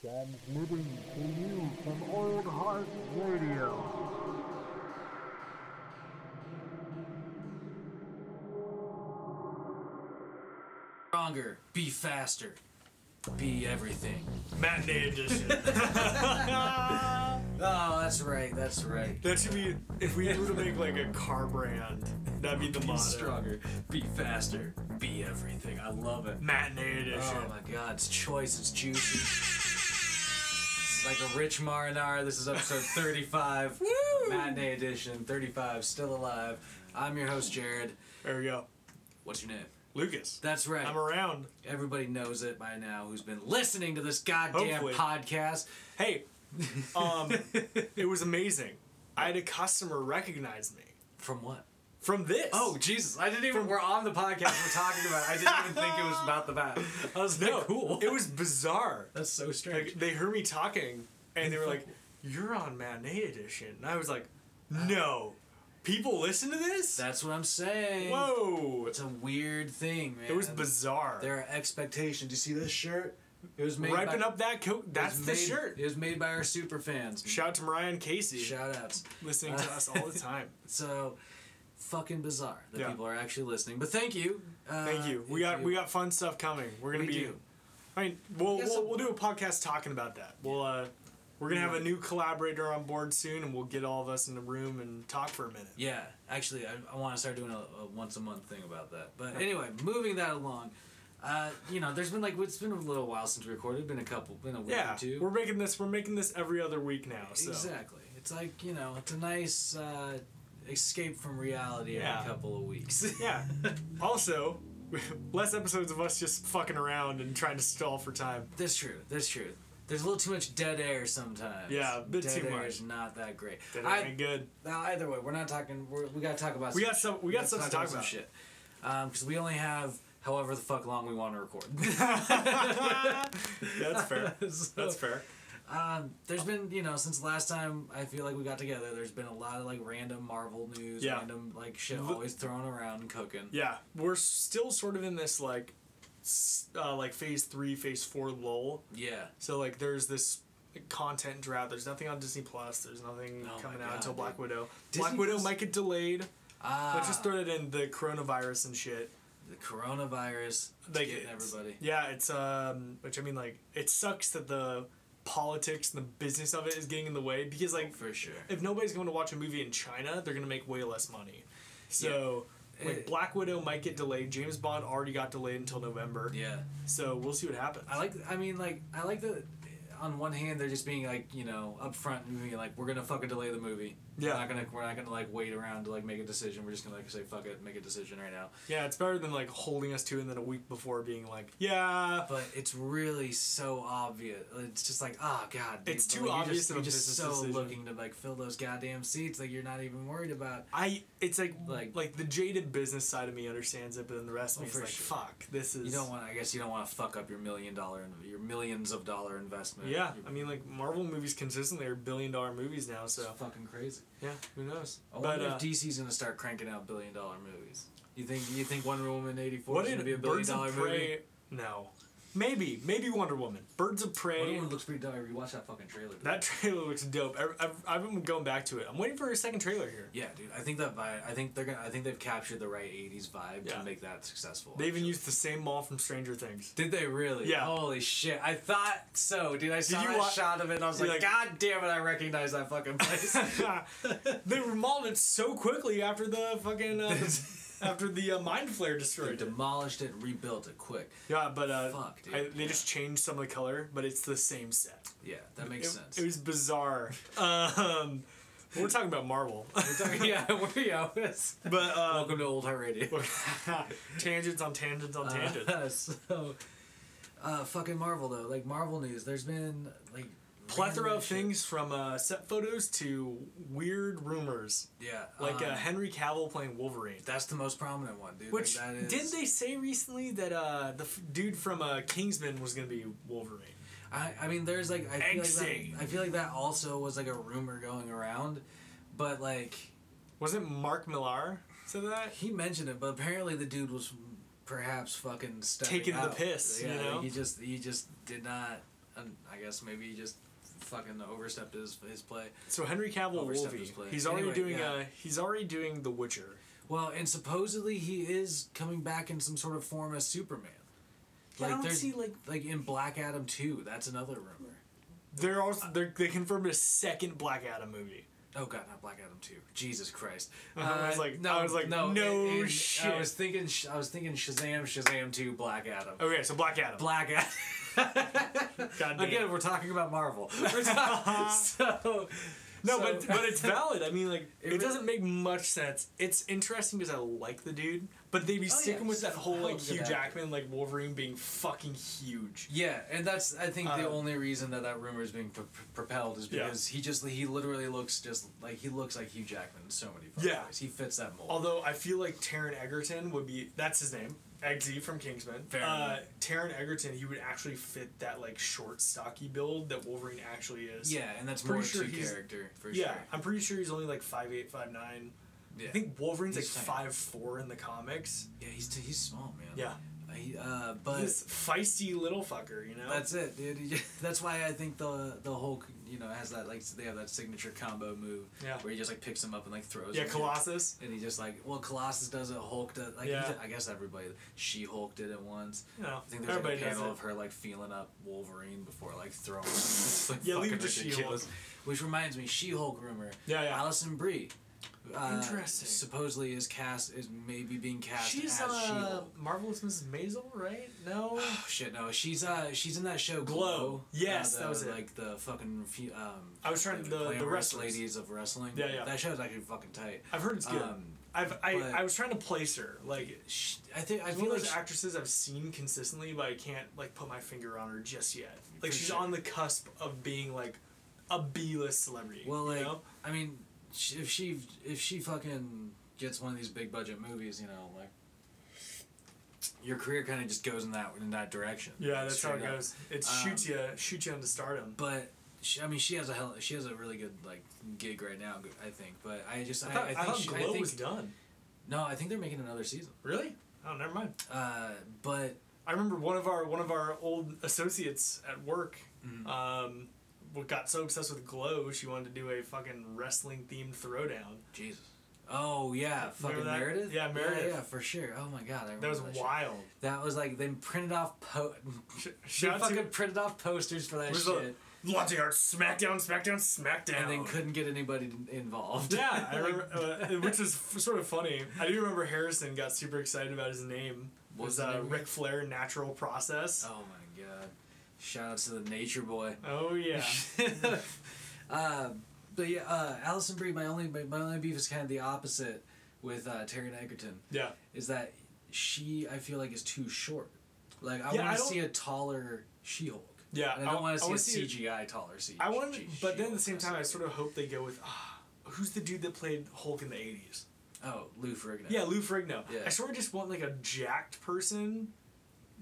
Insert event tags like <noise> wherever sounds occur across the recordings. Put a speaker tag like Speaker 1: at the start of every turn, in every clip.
Speaker 1: Transmitting to you from Old Heart Radio.
Speaker 2: stronger, be faster, be everything.
Speaker 3: Matinee edition.
Speaker 2: Oh, that's right, that's right.
Speaker 3: that should be if we were to make like a car brand, that'd be the
Speaker 2: Be
Speaker 3: motto.
Speaker 2: stronger, be faster, be everything. I love it.
Speaker 3: Matinee edition.
Speaker 2: Oh my god, it's choice, it's juicy. It's like a rich marinara. This is
Speaker 3: <laughs>
Speaker 2: episode 35, matinee edition, 35, still alive. I'm your host, Jared.
Speaker 3: there we go.
Speaker 2: What's your name?
Speaker 3: Lucas.
Speaker 2: That's right.
Speaker 3: I'm around.
Speaker 2: Everybody knows it by now who's been listening to this goddamn
Speaker 3: Hopefully.
Speaker 2: podcast. <laughs>
Speaker 3: Hey. Um it was amazing. I had a customer recognize me.
Speaker 2: From what?
Speaker 3: From this.
Speaker 2: Oh Jesus! I didn't even. We're on the podcast. We're talking about. It. I didn't even think it was about the bat. <laughs> I was like,
Speaker 3: no.
Speaker 2: cool.
Speaker 3: It was bizarre.
Speaker 2: That's so
Speaker 3: Like
Speaker 2: strange.
Speaker 3: they heard me talking and they were like, You're on matinee edition. And I was like, No. People listen to this?
Speaker 2: That's what I'm saying.
Speaker 3: Whoa.
Speaker 2: It's a weird thing, man.
Speaker 3: It was bizarre.
Speaker 2: There are expectations. You see this shirt? It was made.
Speaker 3: Ripen
Speaker 2: by,
Speaker 3: up that coat.
Speaker 2: it was
Speaker 3: That's the
Speaker 2: made-
Speaker 3: shirt.
Speaker 2: It was made by our super fans.
Speaker 3: Shout out to Mariah and Casey.
Speaker 2: Shout outs.
Speaker 3: listening to us
Speaker 2: <laughs>
Speaker 3: all the time.
Speaker 2: So, fucking bizarre that
Speaker 3: Yeah.
Speaker 2: people are actually listening. But thank you. Uh,
Speaker 3: Thank you. We
Speaker 2: if
Speaker 3: got we got fun stuff coming. We're gonna
Speaker 2: We
Speaker 3: be.
Speaker 2: do.
Speaker 3: I mean, we'll,
Speaker 2: Yes,
Speaker 3: we'll
Speaker 2: some-
Speaker 3: we'll do a podcast talking about that. We'll uh, we're gonna have a new collaborator on board soon, and we'll get all of us in the room and talk for a minute.
Speaker 2: Yeah, actually, I, I want to start doing a, a once a month thing about that. But anyway, moving that along, uh, you know, there's been like it's been a little while since we recorded. Been a couple, been a week
Speaker 3: Yeah,
Speaker 2: or 2
Speaker 3: we're making this we're making this every other week now. So
Speaker 2: exactly. It's like you know, it's a nice uh, escape from reality
Speaker 3: Yeah.
Speaker 2: every couple of weeks. <laughs>
Speaker 3: yeah. also, <laughs> less episodes of us just fucking around and trying to stall for time.
Speaker 2: that's true. That's true. There's a little too much dead air sometimes.
Speaker 3: Yeah, a bit
Speaker 2: dead
Speaker 3: too
Speaker 2: air
Speaker 3: much.
Speaker 2: is not that great.
Speaker 3: That
Speaker 2: I-
Speaker 3: ain't good.
Speaker 2: Now, either way, we're not talking. We're, we gotta talk about.
Speaker 3: We got some- we got
Speaker 2: gotta
Speaker 3: stuff to talk
Speaker 2: Some
Speaker 3: about.
Speaker 2: shit, because we only have however the fuck long we want to record. <laughs>
Speaker 3: Yeah, that's fair.
Speaker 2: So-
Speaker 3: that's fair.
Speaker 2: There's been, you know, since last time I feel like we got together, there's been a lot of like random Marvel news,
Speaker 3: Yeah.
Speaker 2: random like shit always thrown around and cooking.
Speaker 3: Yeah, we're still sort of in this like, s- uh, like phase three, phase four lull.
Speaker 2: Yeah.
Speaker 3: So like, there's this content drought. There's nothing on Disney Plus. There's nothing
Speaker 2: Oh my
Speaker 3: coming
Speaker 2: God,
Speaker 3: out until
Speaker 2: dude.
Speaker 3: Black Widow.
Speaker 2: Disney
Speaker 3: Black Widow
Speaker 2: Plus-
Speaker 3: might get delayed.
Speaker 2: Ah,
Speaker 3: Let's just throw it in the coronavirus and shit.
Speaker 2: the coronavirus it's
Speaker 3: Like
Speaker 2: getting
Speaker 3: it's-
Speaker 2: everybody.
Speaker 3: Yeah, it's um, which I mean like, it sucks that the politics and the business of it is getting in the way because like,
Speaker 2: For sure.
Speaker 3: if nobody's going to watch a movie in China, they're going to make way less money. So.
Speaker 2: It-
Speaker 3: Like Black Widow might get delayed. James Bond already got delayed until November.
Speaker 2: Yeah.
Speaker 3: So we'll see what happens.
Speaker 2: I like I mean like I like that on one hand they're just being like, you know, upfront and being like, We're gonna fucking delay the movie.
Speaker 3: Yeah.
Speaker 2: We're not gonna we're not gonna like wait around to like make a decision. We're just gonna like say fuck it, make a decision right now.
Speaker 3: yeah, it's better than like holding us to and then a week before being like, yeah.
Speaker 2: but it's really so obvious. It's just like, oh god, dude,
Speaker 3: It's
Speaker 2: but,
Speaker 3: too
Speaker 2: like, you're
Speaker 3: obvious
Speaker 2: Just,
Speaker 3: of
Speaker 2: you're
Speaker 3: a
Speaker 2: just
Speaker 3: business
Speaker 2: so
Speaker 3: decision.
Speaker 2: looking to like fill those goddamn seats. Like you're not even worried about.
Speaker 3: I it's like
Speaker 2: Like-
Speaker 3: like like the jaded business side of me understands it, but then the rest of
Speaker 2: Oh,
Speaker 3: me is
Speaker 2: for
Speaker 3: like,
Speaker 2: sure.
Speaker 3: fuck, this is.
Speaker 2: You don't want. I guess you don't want to fuck up your million dollar and your millions of dollar investment.
Speaker 3: Yeah,
Speaker 2: You're-
Speaker 3: I mean like Marvel movies consistently are billion dollar movies now,
Speaker 2: it's
Speaker 3: so
Speaker 2: fucking crazy.
Speaker 3: yeah, who knows?
Speaker 2: I
Speaker 3: but
Speaker 2: wonder
Speaker 3: uh,
Speaker 2: if DC's gonna start cranking out billion dollar movies. You think you think Wonder Woman eighty four
Speaker 3: what
Speaker 2: is gonna
Speaker 3: did
Speaker 2: be a billion
Speaker 3: Birds
Speaker 2: dollar
Speaker 3: of
Speaker 2: movie?
Speaker 3: Prey? No, maybe maybe Wonder Woman. Birds of
Speaker 2: Wonder
Speaker 3: Prey.
Speaker 2: Woman looks pretty dope. You watch that fucking trailer. dude.
Speaker 3: That trailer looks dope. I, I've, I've been going back to it. I'm waiting for a second trailer here.
Speaker 2: yeah, dude. I think that vibe. I think they're gonna. I think they've captured the right '80s vibe
Speaker 3: Yeah.
Speaker 2: to make that successful.
Speaker 3: They even
Speaker 2: actually.
Speaker 3: used the same mall from Stranger Things. <laughs>
Speaker 2: Did they really?
Speaker 3: Yeah.
Speaker 2: Holy shit! I thought so, dude. I saw
Speaker 3: you
Speaker 2: that
Speaker 3: wa-
Speaker 2: shot of it, and I was
Speaker 3: You're
Speaker 2: like,
Speaker 3: like-
Speaker 2: God damn it! I recognize that fucking
Speaker 3: <laughs>
Speaker 2: place.
Speaker 3: they remodeled it so quickly after the
Speaker 2: <laughs>
Speaker 3: fucking uh, the- after the uh, mind flare
Speaker 2: they
Speaker 3: destroyed it.
Speaker 2: demolished it, rebuilt it quick.
Speaker 3: Yeah, but uh,
Speaker 2: Fuck, dude.
Speaker 3: I, they just changed some of the color, but it's the same set.
Speaker 2: Yeah, that makes
Speaker 3: It,
Speaker 2: sense.
Speaker 3: it was bizarre. um, we're talking about Marvel, <laughs>
Speaker 2: <laughs> yeah, we yeah, it's-
Speaker 3: but uh,
Speaker 2: Welcome to Old Heart Radio. <laughs>
Speaker 3: tangents on tangents on tangents.
Speaker 2: Uh, <laughs> so, uh, fucking Marvel though, like Marvel news. There's been like
Speaker 3: Plethora
Speaker 2: random
Speaker 3: of
Speaker 2: shit.
Speaker 3: things from uh, set photos to weird rumors,
Speaker 2: Yeah,
Speaker 3: like
Speaker 2: um,
Speaker 3: uh, Henry Cavill playing Wolverine.
Speaker 2: that's the most prominent one, dude.
Speaker 3: Which
Speaker 2: like, that is,
Speaker 3: did they say recently that uh, the f- dude from uh, Kingsman was gonna be Wolverine?
Speaker 2: I, I mean, there's like I feel like,
Speaker 3: Exing.
Speaker 2: that, I feel like that also was like a rumor going around, but like
Speaker 3: Wasn't Mark Millar said that?
Speaker 2: he mentioned it, but apparently the dude was perhaps fucking stepping
Speaker 3: Taking the
Speaker 2: out.
Speaker 3: piss, you
Speaker 2: Yeah,
Speaker 3: know?
Speaker 2: he just he just did not. and I guess maybe he just fucking overstepped his his play.
Speaker 3: So Henry Cavill will
Speaker 2: Overstepped
Speaker 3: be.
Speaker 2: his place.
Speaker 3: He's already
Speaker 2: Anyway,
Speaker 3: doing
Speaker 2: yeah.
Speaker 3: uh he's already doing The Witcher.
Speaker 2: Well, and supposedly he is coming back in some sort of form as Superman.
Speaker 3: Yeah, I don't
Speaker 2: there's-
Speaker 3: see, like-
Speaker 2: like in Black Adam Two. That's another rumor.
Speaker 3: They're
Speaker 2: Uh,
Speaker 3: also they're, they confirmed a second Black Adam movie.
Speaker 2: Oh god, not Black Adam Two. Jesus Christ.
Speaker 3: <laughs>
Speaker 2: Uh,
Speaker 3: I was like- I was like, no
Speaker 2: and- and
Speaker 3: shit.
Speaker 2: I was thinking, sh- I was thinking Shazam, Shazam Two, Black Adam,
Speaker 3: Okay, so Black Adam.
Speaker 2: Black Adam.
Speaker 3: God damn.
Speaker 2: Again, we're talking about
Speaker 3: <laughs>
Speaker 2: Marvel. We're talking- so
Speaker 3: no,
Speaker 2: so-
Speaker 3: but but it's valid.
Speaker 2: <laughs>
Speaker 3: I mean, like it,
Speaker 2: really-
Speaker 3: doesn't make much sense. It's interesting because I like the dude, but
Speaker 2: Oh,
Speaker 3: they'd be sticking with
Speaker 2: he's
Speaker 3: that
Speaker 2: a
Speaker 3: whole
Speaker 2: hell
Speaker 3: like
Speaker 2: of a good
Speaker 3: Hugh
Speaker 2: actor.
Speaker 3: Jackman, like Wolverine being fucking huge.
Speaker 2: Yeah, and that's I think the
Speaker 3: Um,
Speaker 2: only reason that that rumor is being pr- pr- propelled is
Speaker 3: Yeah.
Speaker 2: because he just he literally looks just like he looks like Hugh Jackman in so many fucking
Speaker 3: Yeah.
Speaker 2: ways. He fits that mold.
Speaker 3: Although I feel like Taron Egerton would be that's his name. Eggsy from Kingsman.
Speaker 2: Fair
Speaker 3: uh,
Speaker 2: enough.
Speaker 3: Taron Egerton, he would actually fit that like short, stocky build that Wolverine actually is.
Speaker 2: yeah, and that's
Speaker 3: Pretty
Speaker 2: more
Speaker 3: sure
Speaker 2: two
Speaker 3: he's-
Speaker 2: character for
Speaker 3: yeah.
Speaker 2: sure.
Speaker 3: I'm pretty sure he's only like five eight, five nine.
Speaker 2: Yeah.
Speaker 3: I think Wolverine's
Speaker 2: He's
Speaker 3: like
Speaker 2: tiny.
Speaker 3: five four in the comics.
Speaker 2: yeah, he's he's small, man.
Speaker 3: Yeah.
Speaker 2: Uh, he, uh, but
Speaker 3: this feisty little fucker, you know.
Speaker 2: That's it, dude. <laughs> That's why I think the the Hulk, you know, has that like they have that signature combo move
Speaker 3: Yeah.
Speaker 2: where he just like picks him up and like throws.
Speaker 3: yeah,
Speaker 2: him.
Speaker 3: Colossus.
Speaker 2: And he just like well, Colossus does it. Hulk does like
Speaker 3: Yeah.
Speaker 2: he did- I guess everybody. She Hulk did it once.
Speaker 3: You know,
Speaker 2: I think there's
Speaker 3: everybody
Speaker 2: like a
Speaker 3: does
Speaker 2: panel
Speaker 3: it.
Speaker 2: of her like feeling up Wolverine before like throwing. <laughs> him. It's, like,
Speaker 3: Yeah, leave it
Speaker 2: fucking
Speaker 3: to
Speaker 2: ridiculous.
Speaker 3: She-Hulk.
Speaker 2: Which reminds me, She Hulk rumor.
Speaker 3: Yeah, yeah.
Speaker 2: Allison Brie. Uh,
Speaker 3: Interesting.
Speaker 2: Supposedly is cast is maybe being cast as
Speaker 3: She's
Speaker 2: She
Speaker 3: uh,
Speaker 2: Hulk.
Speaker 3: marvelous Mrs. Maisel, right?
Speaker 2: <sighs>
Speaker 3: No.
Speaker 2: Oh shit! No, she's uh she's in that show
Speaker 3: Glow.
Speaker 2: Glow.
Speaker 3: Yes,
Speaker 2: Uh,
Speaker 3: that
Speaker 2: the,
Speaker 3: was it.
Speaker 2: Like the fucking refu- um.
Speaker 3: I was trying- the- the
Speaker 2: glamorous
Speaker 3: wrestlers.
Speaker 2: ladies of wrestling.
Speaker 3: Yeah, yeah.
Speaker 2: That show's actually fucking tight.
Speaker 3: I've heard it's good.
Speaker 2: Um,
Speaker 3: I've I,
Speaker 2: but-
Speaker 3: I was trying to place her like.
Speaker 2: She, I think I
Speaker 3: She's one
Speaker 2: feel
Speaker 3: of
Speaker 2: like
Speaker 3: those
Speaker 2: she-
Speaker 3: actresses I've seen consistently, but I can't like put my finger on her just yet. Like
Speaker 2: For
Speaker 3: she's
Speaker 2: sure.
Speaker 3: on the cusp of being like a B list celebrity.
Speaker 2: well, like
Speaker 3: you know?
Speaker 2: I mean, she, if she if she fucking gets one of these big budget movies, you know, like your career kind of just goes in that in that direction.
Speaker 3: yeah, that's how it
Speaker 2: Straight up.
Speaker 3: goes. It
Speaker 2: Um,
Speaker 3: shoots you, shoots you into stardom.
Speaker 2: But she, I mean, she has a hell. She has a really good like gig right now. I think. But I just I,
Speaker 3: I thought, I
Speaker 2: think
Speaker 3: thought
Speaker 2: she,
Speaker 3: Glow
Speaker 2: I think,
Speaker 3: was done.
Speaker 2: No, I think they're making another season.
Speaker 3: Really? Oh, never mind.
Speaker 2: Uh, but
Speaker 3: I remember one of our one of our old associates at work,
Speaker 2: Mm-hmm.
Speaker 3: um, w- got so obsessed with Glow, she wanted to do a fucking wrestling themed throwdown.
Speaker 2: Jesus. Oh yeah, fucking
Speaker 3: that?
Speaker 2: Meredith.
Speaker 3: Yeah, Meredith.
Speaker 2: Yeah, for sure. Oh my god, I remember
Speaker 3: That was
Speaker 2: shit.
Speaker 3: wild.
Speaker 2: That was like they printed off po.
Speaker 3: Sh-
Speaker 2: They
Speaker 3: Shout out
Speaker 2: fucking
Speaker 3: to
Speaker 2: printed off posters for that
Speaker 3: where's the-
Speaker 2: shit,
Speaker 3: Latte Art Smackdown, Smackdown, Smackdown,
Speaker 2: and then couldn't get anybody to- involved. <laughs>
Speaker 3: Yeah, I
Speaker 2: Like,
Speaker 3: remember, uh, which was f- sort of funny. I do remember Harrison got super excited about his name. It
Speaker 2: What was
Speaker 3: was
Speaker 2: the
Speaker 3: uh,
Speaker 2: name again?
Speaker 3: Ric Flair Natural Process.
Speaker 2: Oh my god! Shout out to the Nature Boy.
Speaker 3: Oh, yeah.
Speaker 2: <laughs> uh, but yeah, uh, Allison Brie. My only my, my only beef is kind of the opposite with uh, Taryn Egerton.
Speaker 3: yeah.
Speaker 2: Is that she? I feel like is too short. Like I
Speaker 3: Yeah, I
Speaker 2: want to
Speaker 3: don't-
Speaker 2: see a taller She Hulk.
Speaker 3: Yeah.
Speaker 2: And I don't want to
Speaker 3: wanna
Speaker 2: see a CGI taller CGI.
Speaker 3: I want, but then at the same time, I sort of hope they go with ah, who's the dude that played Hulk in the eighties?
Speaker 2: Oh, Lou Ferrigno.
Speaker 3: Yeah, Lou Ferrigno.
Speaker 2: Yeah.
Speaker 3: I sort of just want like a jacked person,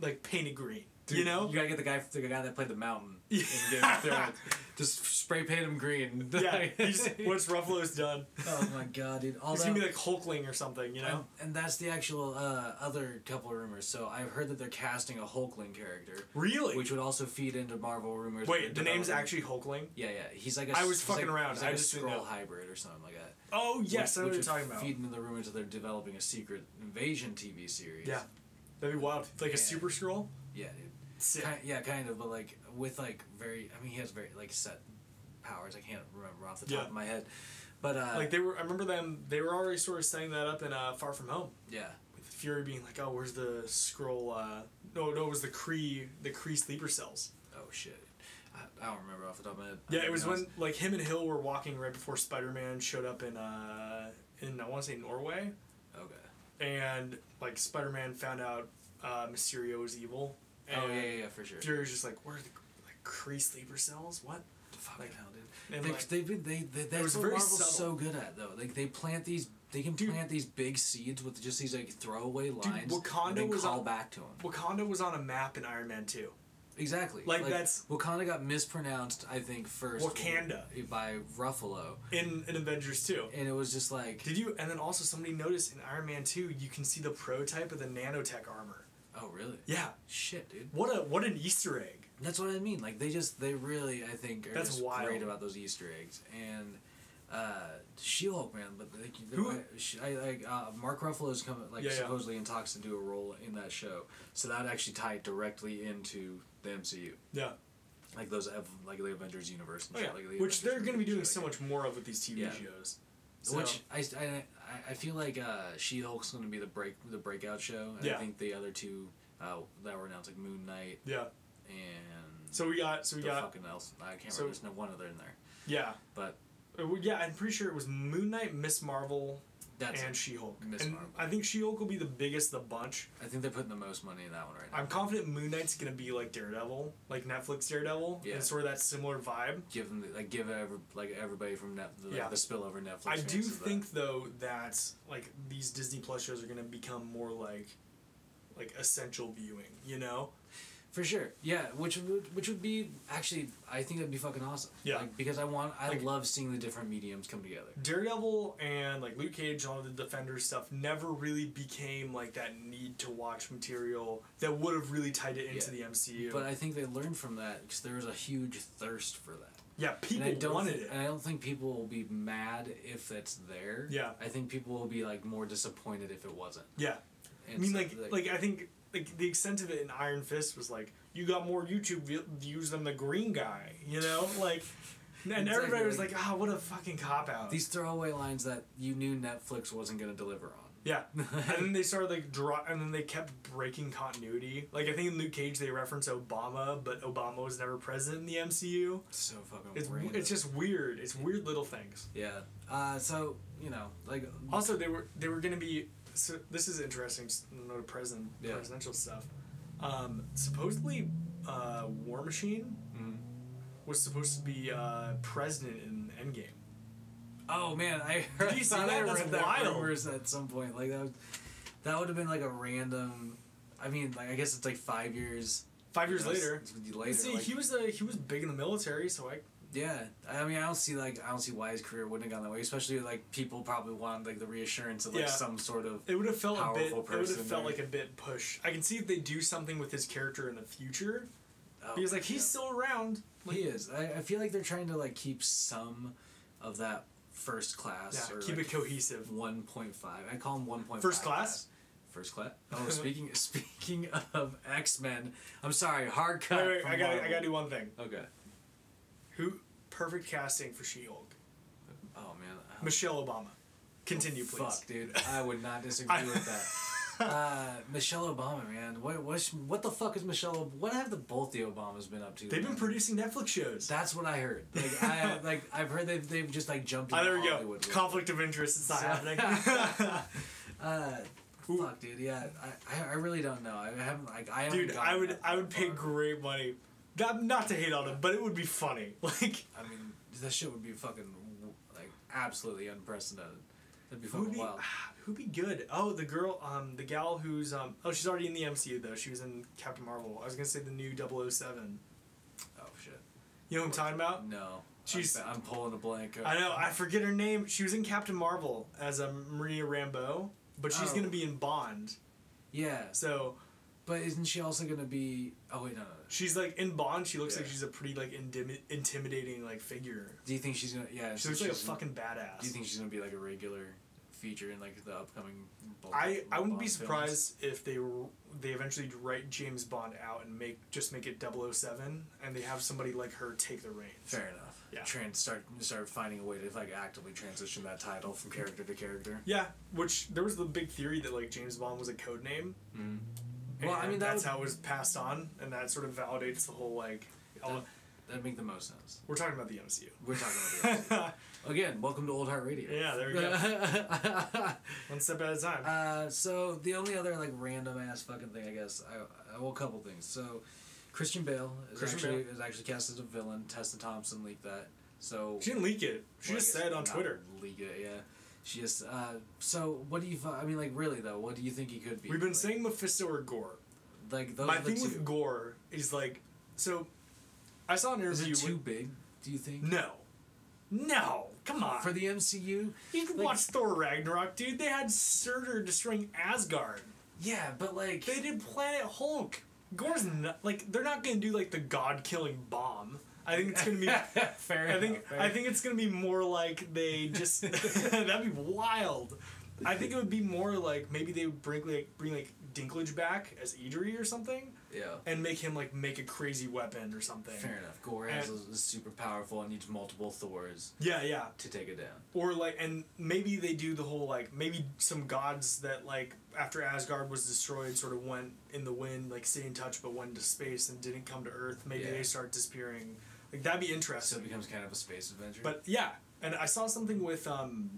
Speaker 3: like painted green. you know?
Speaker 2: you gotta get the guy, the guy that played the
Speaker 3: <laughs>
Speaker 2: mountain in
Speaker 3: Yeah.
Speaker 2: Game of Thrones. Just spray paint him green. <laughs>
Speaker 3: <laughs> yeah. He's, once Ruffalo's done,
Speaker 2: oh my god, dude! Although,
Speaker 3: he's gonna be like Hulkling or something. You know?
Speaker 2: and, and that's the actual uh, other couple of rumors. So I've heard that they're casting a Hulkling character,
Speaker 3: really?
Speaker 2: which would also feed into Marvel rumors. that
Speaker 3: Wait, the
Speaker 2: they're
Speaker 3: name's
Speaker 2: developing-
Speaker 3: actually Hulkling.
Speaker 2: Yeah, yeah. He's like a.
Speaker 3: I
Speaker 2: s-
Speaker 3: was
Speaker 2: he's
Speaker 3: fucking
Speaker 2: like-
Speaker 3: around.
Speaker 2: He's like
Speaker 3: I
Speaker 2: a
Speaker 3: just didn't
Speaker 2: scroll
Speaker 3: know.
Speaker 2: hybrid or something like that.
Speaker 3: Oh yes, I know
Speaker 2: which,
Speaker 3: what you're
Speaker 2: which
Speaker 3: talking
Speaker 2: would
Speaker 3: about.
Speaker 2: Feed into the rumors that they're developing a secret invasion TV series.
Speaker 3: Yeah, that'd be wild. Like a
Speaker 2: Yeah.
Speaker 3: super scroll.
Speaker 2: Yeah, dude.
Speaker 3: Sick.
Speaker 2: Ki- yeah, kind of, but like with like very. I mean, he has very like set powers. I can't remember off the top
Speaker 3: Yeah.
Speaker 2: of my head, but uh,
Speaker 3: Like they were, I remember them. They were already sort of setting that up in uh, Far From Home.
Speaker 2: yeah,
Speaker 3: With Fury being like, "Oh, where's the scroll? Uh, no, no, it was the Kree, the Kree sleeper cells."
Speaker 2: oh shit, I, I don't remember off the top of my head.
Speaker 3: Yeah, it was
Speaker 2: I
Speaker 3: when like him and Hill were walking right before Spider Man showed up in uh, in I want to say Norway,
Speaker 2: Okay. Oh,
Speaker 3: and like Spider Man found out uh, Mysterio was evil. And
Speaker 2: Oh yeah, yeah, yeah, for sure.
Speaker 3: Fury was just like, "Where are the like Kree sleeper cells? What?"
Speaker 2: Fucking
Speaker 3: like-
Speaker 2: hell, dude.
Speaker 3: And
Speaker 2: They,
Speaker 3: like,
Speaker 2: they've been they, they that's
Speaker 3: was
Speaker 2: what
Speaker 3: very
Speaker 2: Marvel's
Speaker 3: subtle.
Speaker 2: so good at though. Like they plant these, they can
Speaker 3: Dude.
Speaker 2: plant these big seeds with just these like throwaway lines
Speaker 3: Wakanda
Speaker 2: and then
Speaker 3: was
Speaker 2: call
Speaker 3: on-
Speaker 2: back to them.
Speaker 3: Wakanda was on a map in Iron Man Two.
Speaker 2: Exactly.
Speaker 3: Like, that's-
Speaker 2: Wakanda got mispronounced, I think, first
Speaker 3: Wakanda.
Speaker 2: by Ruffalo,
Speaker 3: in, in Avengers 2.
Speaker 2: and it was just like,
Speaker 3: Did you? And then also, somebody noticed in Iron Man 2, you can see the prototype of the nanotech armor.
Speaker 2: oh really?
Speaker 3: Yeah.
Speaker 2: Shit, dude.
Speaker 3: What a what an Easter egg.
Speaker 2: That's what I mean. Like they just they really I think are
Speaker 3: That's
Speaker 2: just
Speaker 3: wild.
Speaker 2: great about those Easter eggs and uh, She Hulk man. But like
Speaker 3: Who-
Speaker 2: she, I, like uh, Mark Ruffalo is coming like
Speaker 3: Yeah, yeah.
Speaker 2: supposedly in talks to do a role in that show, so that would actually tie it directly into the MCU,
Speaker 3: Yeah.
Speaker 2: like those ev- like the Avengers universe. And
Speaker 3: Oh,
Speaker 2: shit,
Speaker 3: yeah.
Speaker 2: like the
Speaker 3: Which
Speaker 2: Avengers
Speaker 3: they're going to be
Speaker 2: movies,
Speaker 3: doing
Speaker 2: like-
Speaker 3: so much more of with these TV
Speaker 2: Yeah.
Speaker 3: shows. So,
Speaker 2: Which I, I, I- I feel like uh, She Hulk's going to be the break the breakout show. And
Speaker 3: Yeah.
Speaker 2: I think the other two uh, that were announced like Moon Knight
Speaker 3: yeah.
Speaker 2: and
Speaker 3: So we got so we
Speaker 2: the
Speaker 3: got
Speaker 2: fucking else. I can't
Speaker 3: so-
Speaker 2: remember. There's no one other in there.
Speaker 3: yeah.
Speaker 2: But
Speaker 3: Uh, well, Yeah, I'm pretty sure it was Moon Knight, Miss Marvel,
Speaker 2: that's
Speaker 3: and
Speaker 2: it.
Speaker 3: She Hulk.
Speaker 2: Miss
Speaker 3: And
Speaker 2: Marvel.
Speaker 3: I think She Hulk will be the biggest of the bunch.
Speaker 2: I think they're putting the most money in that one right now.
Speaker 3: I'm confident Moon Knight's gonna be like Daredevil, like Netflix Daredevil,
Speaker 2: Yeah.
Speaker 3: and sort of that similar vibe.
Speaker 2: give them the, like give every, like everybody from Net, the, like,
Speaker 3: Yeah.
Speaker 2: the spillover Netflix.
Speaker 3: I
Speaker 2: fans
Speaker 3: do
Speaker 2: is that-
Speaker 3: think though that like these Disney Plus shows are gonna become more like like essential viewing, you know?
Speaker 2: for sure. Yeah, which would which would be actually I think that'd be fucking awesome.
Speaker 3: Yeah.
Speaker 2: Like, because I want I
Speaker 3: Like-
Speaker 2: love seeing the different mediums come together.
Speaker 3: Daredevil and like Luke Cage and all the Defender stuff never really became like that need to watch material that would have really tied it into
Speaker 2: Yeah.
Speaker 3: the MCU.
Speaker 2: But I think they learned from that because there was a huge thirst for that.
Speaker 3: yeah,
Speaker 2: And
Speaker 3: people
Speaker 2: I don't
Speaker 3: wanted
Speaker 2: thi-
Speaker 3: it.
Speaker 2: And I don't think people will be mad if that's there.
Speaker 3: Yeah.
Speaker 2: I think people will be like more disappointed if it wasn't.
Speaker 3: Yeah. I
Speaker 2: And
Speaker 3: mean,
Speaker 2: so,
Speaker 3: like, like I think like the extent of it in Iron Fist was like you got more YouTube vi- views than the Green Guy, you know, like, and
Speaker 2: Exactly,
Speaker 3: everybody was
Speaker 2: like-
Speaker 3: like, ah, what a fucking cop out.
Speaker 2: these throwaway lines that you knew Netflix wasn't gonna deliver on.
Speaker 3: yeah, <laughs> and then they started like draw, and then they kept breaking continuity. Like I think in Luke Cage they reference Obama, but Obama was never present in the MCU.
Speaker 2: So fucking.
Speaker 3: It's
Speaker 2: random.
Speaker 3: it's just weird. It's weird little things.
Speaker 2: Yeah. Uh, so you know, like
Speaker 3: Also, they were they were gonna be. So this is interesting. s- No present
Speaker 2: Yeah.
Speaker 3: presidential stuff. Um, supposedly, uh, War Machine
Speaker 2: Mhm.
Speaker 3: was supposed to be uh, president in Endgame.
Speaker 2: oh man, I
Speaker 3: Did
Speaker 2: I
Speaker 3: you see
Speaker 2: thought I
Speaker 3: that? That's
Speaker 2: read that
Speaker 3: wild.
Speaker 2: rumors at some point. Like that, was, that would have been like a random. I mean, like I guess it's like five years.
Speaker 3: Five years
Speaker 2: you know,
Speaker 3: later.
Speaker 2: s- Later.
Speaker 3: See,
Speaker 2: like-
Speaker 3: he was a, he was big in the military, so I
Speaker 2: Yeah, I mean, I don't see like I don't see why his career wouldn't have gone that way. Especially like people probably want like the reassurance of like
Speaker 3: Yeah.
Speaker 2: some sort of
Speaker 3: it would have felt a bit.
Speaker 2: Powerful
Speaker 3: It would have
Speaker 2: person
Speaker 3: felt
Speaker 2: there.
Speaker 3: like a bit push. I can see if they do something with his character in the future.
Speaker 2: oh,
Speaker 3: Because like he's
Speaker 2: yeah.
Speaker 3: still around. Like,
Speaker 2: he is. I, I feel like they're trying to like keep some of that first class
Speaker 3: Yeah,
Speaker 2: or
Speaker 3: keep
Speaker 2: like,
Speaker 3: it cohesive.
Speaker 2: One point five. I call him one point five.
Speaker 3: First class?
Speaker 2: First class.
Speaker 3: <laughs>
Speaker 2: Oh, speaking speaking of X Men, I'm sorry. Hard cut.
Speaker 3: Wait, wait,
Speaker 2: from
Speaker 3: I gotta I
Speaker 2: Marvel.
Speaker 3: gotta do one thing.
Speaker 2: Okay.
Speaker 3: Who perfect casting for She Hulk?
Speaker 2: Oh man. Oh,
Speaker 3: Michelle Obama. <laughs> Continue, please.
Speaker 2: Fuck, dude. I would
Speaker 3: <laughs>
Speaker 2: not disagree
Speaker 3: I-
Speaker 2: with that. Uh, Michelle Obama, man. What what sh- what the fuck is Michelle? What have the both the Obamas been up to?
Speaker 3: They've been
Speaker 2: man?
Speaker 3: producing Netflix shows.
Speaker 2: That's what I heard. Like I like I've heard they've they've just like jumped.
Speaker 3: Ah,
Speaker 2: into
Speaker 3: there we go.
Speaker 2: Hollywood with it.
Speaker 3: Conflict of interest. It's not
Speaker 2: So-
Speaker 3: <laughs> happening. Oh
Speaker 2: Uh,
Speaker 3: Ooh.
Speaker 2: fuck, dude. Yeah, I, I I really don't know. I haven't like I haven't.
Speaker 3: Dude, I
Speaker 2: gotten
Speaker 3: would
Speaker 2: that
Speaker 3: I would pay
Speaker 2: far.
Speaker 3: great money. Not, not to hate on him, but it would be funny. <laughs> Like,
Speaker 2: I mean, that shit would be fucking like absolutely unprecedented. That'd be
Speaker 3: who'd
Speaker 2: fucking
Speaker 3: be,
Speaker 2: wild.
Speaker 3: ah, <sighs> who'd be good? Oh, the girl, um, the gal who's, um, oh, she's already in the MCU though. She was in Captain Marvel. I was gonna say the new 007.
Speaker 2: Oh shit.
Speaker 3: You know what I'm talking about?
Speaker 2: No.
Speaker 3: She's-
Speaker 2: I'm, I'm pulling a blank.
Speaker 3: I know. I forget her name. She was in Captain Marvel as um, Maria Rambeau, but she's
Speaker 2: Oh.
Speaker 3: gonna be in Bond.
Speaker 2: Yeah,
Speaker 3: So
Speaker 2: but isn't she also gonna be? Oh wait, no, no. no.
Speaker 3: She's like in Bond. She looks like
Speaker 2: Yeah.
Speaker 3: she's a pretty like indim- intimidating like figure.
Speaker 2: Do you think she's gonna? Yeah.
Speaker 3: She
Speaker 2: so
Speaker 3: looks like a
Speaker 2: she's-
Speaker 3: fucking badass.
Speaker 2: Do you think she's gonna be like a regular feature in like the upcoming? Bond-
Speaker 3: I I wouldn't be
Speaker 2: Bond films?
Speaker 3: surprised if they were, they eventually write James Bond out and make just make it 007 and they have somebody like her take the reins.
Speaker 2: Fair enough.
Speaker 3: Yeah.
Speaker 2: Trans start start finding a way to like actively transition that title
Speaker 3: <laughs>
Speaker 2: from character to character.
Speaker 3: Yeah, which there was the big theory that like James Bond was a code name. Mm-hmm.
Speaker 2: Well, I mean, that
Speaker 3: that's
Speaker 2: would-
Speaker 3: how it was passed on, and that sort of validates the whole like. all-
Speaker 2: That'd make the most sense.
Speaker 3: we're talking about the MCU.
Speaker 2: <laughs> We're talking about the
Speaker 3: <laughs>
Speaker 2: MCU. again. Welcome to Old Heart Radio.
Speaker 3: Yeah, there we
Speaker 2: go.
Speaker 3: One step at a time.
Speaker 2: <laughs> Uh, so the only other like random ass fucking thing, I guess, I, I well, a couple things. So, Christian Bale is
Speaker 3: Christian
Speaker 2: actually
Speaker 3: Bale.
Speaker 2: is actually cast as a villain. Tessa Thompson leaked that. So
Speaker 3: she didn't leak it. She
Speaker 2: well, I
Speaker 3: just
Speaker 2: guess
Speaker 3: said on
Speaker 2: not
Speaker 3: Twitter.
Speaker 2: leak it, yeah. She just. Uh, so what do you? fi- I mean, like really though, what do you think he could be?
Speaker 3: We've been
Speaker 2: like,
Speaker 3: saying Mephisto or Gore.
Speaker 2: like those.
Speaker 3: My
Speaker 2: are the
Speaker 3: thing
Speaker 2: two.
Speaker 3: with Gore is like, so I saw an
Speaker 2: is
Speaker 3: interview.
Speaker 2: it too
Speaker 3: with,
Speaker 2: big? Do you think?
Speaker 3: no, no, come on.
Speaker 2: For the MCU,
Speaker 3: you can
Speaker 2: like-
Speaker 3: watch Thor Ragnarok, dude. They had Surtur destroying Asgard.
Speaker 2: yeah, but like
Speaker 3: They did Planet Hulk. Gore's not like they're not gonna do like the god killing bomb. I think it's gonna be. I
Speaker 2: <laughs> fair
Speaker 3: think
Speaker 2: enough, fair
Speaker 3: I think it's gonna be more like they just <laughs> that'd be wild. I think it would be more like maybe they would bring like bring like Dinklage back as Idri or something,
Speaker 2: Yeah.
Speaker 3: and make him like make a crazy weapon or something.
Speaker 2: Fair enough. Gore
Speaker 3: And-
Speaker 2: has is is super powerful and needs multiple Thors
Speaker 3: Yeah, yeah.
Speaker 2: to take it down.
Speaker 3: Or like, and maybe they do the whole like maybe some gods that like after Asgard was destroyed sort of went in the wind, like stayed in touch but went into space and didn't come to Earth. Maybe
Speaker 2: Yeah.
Speaker 3: they start disappearing. Like that'd be
Speaker 2: So it
Speaker 3: interesting.
Speaker 2: becomes kind of a space adventure.
Speaker 3: But yeah, and I saw something with um,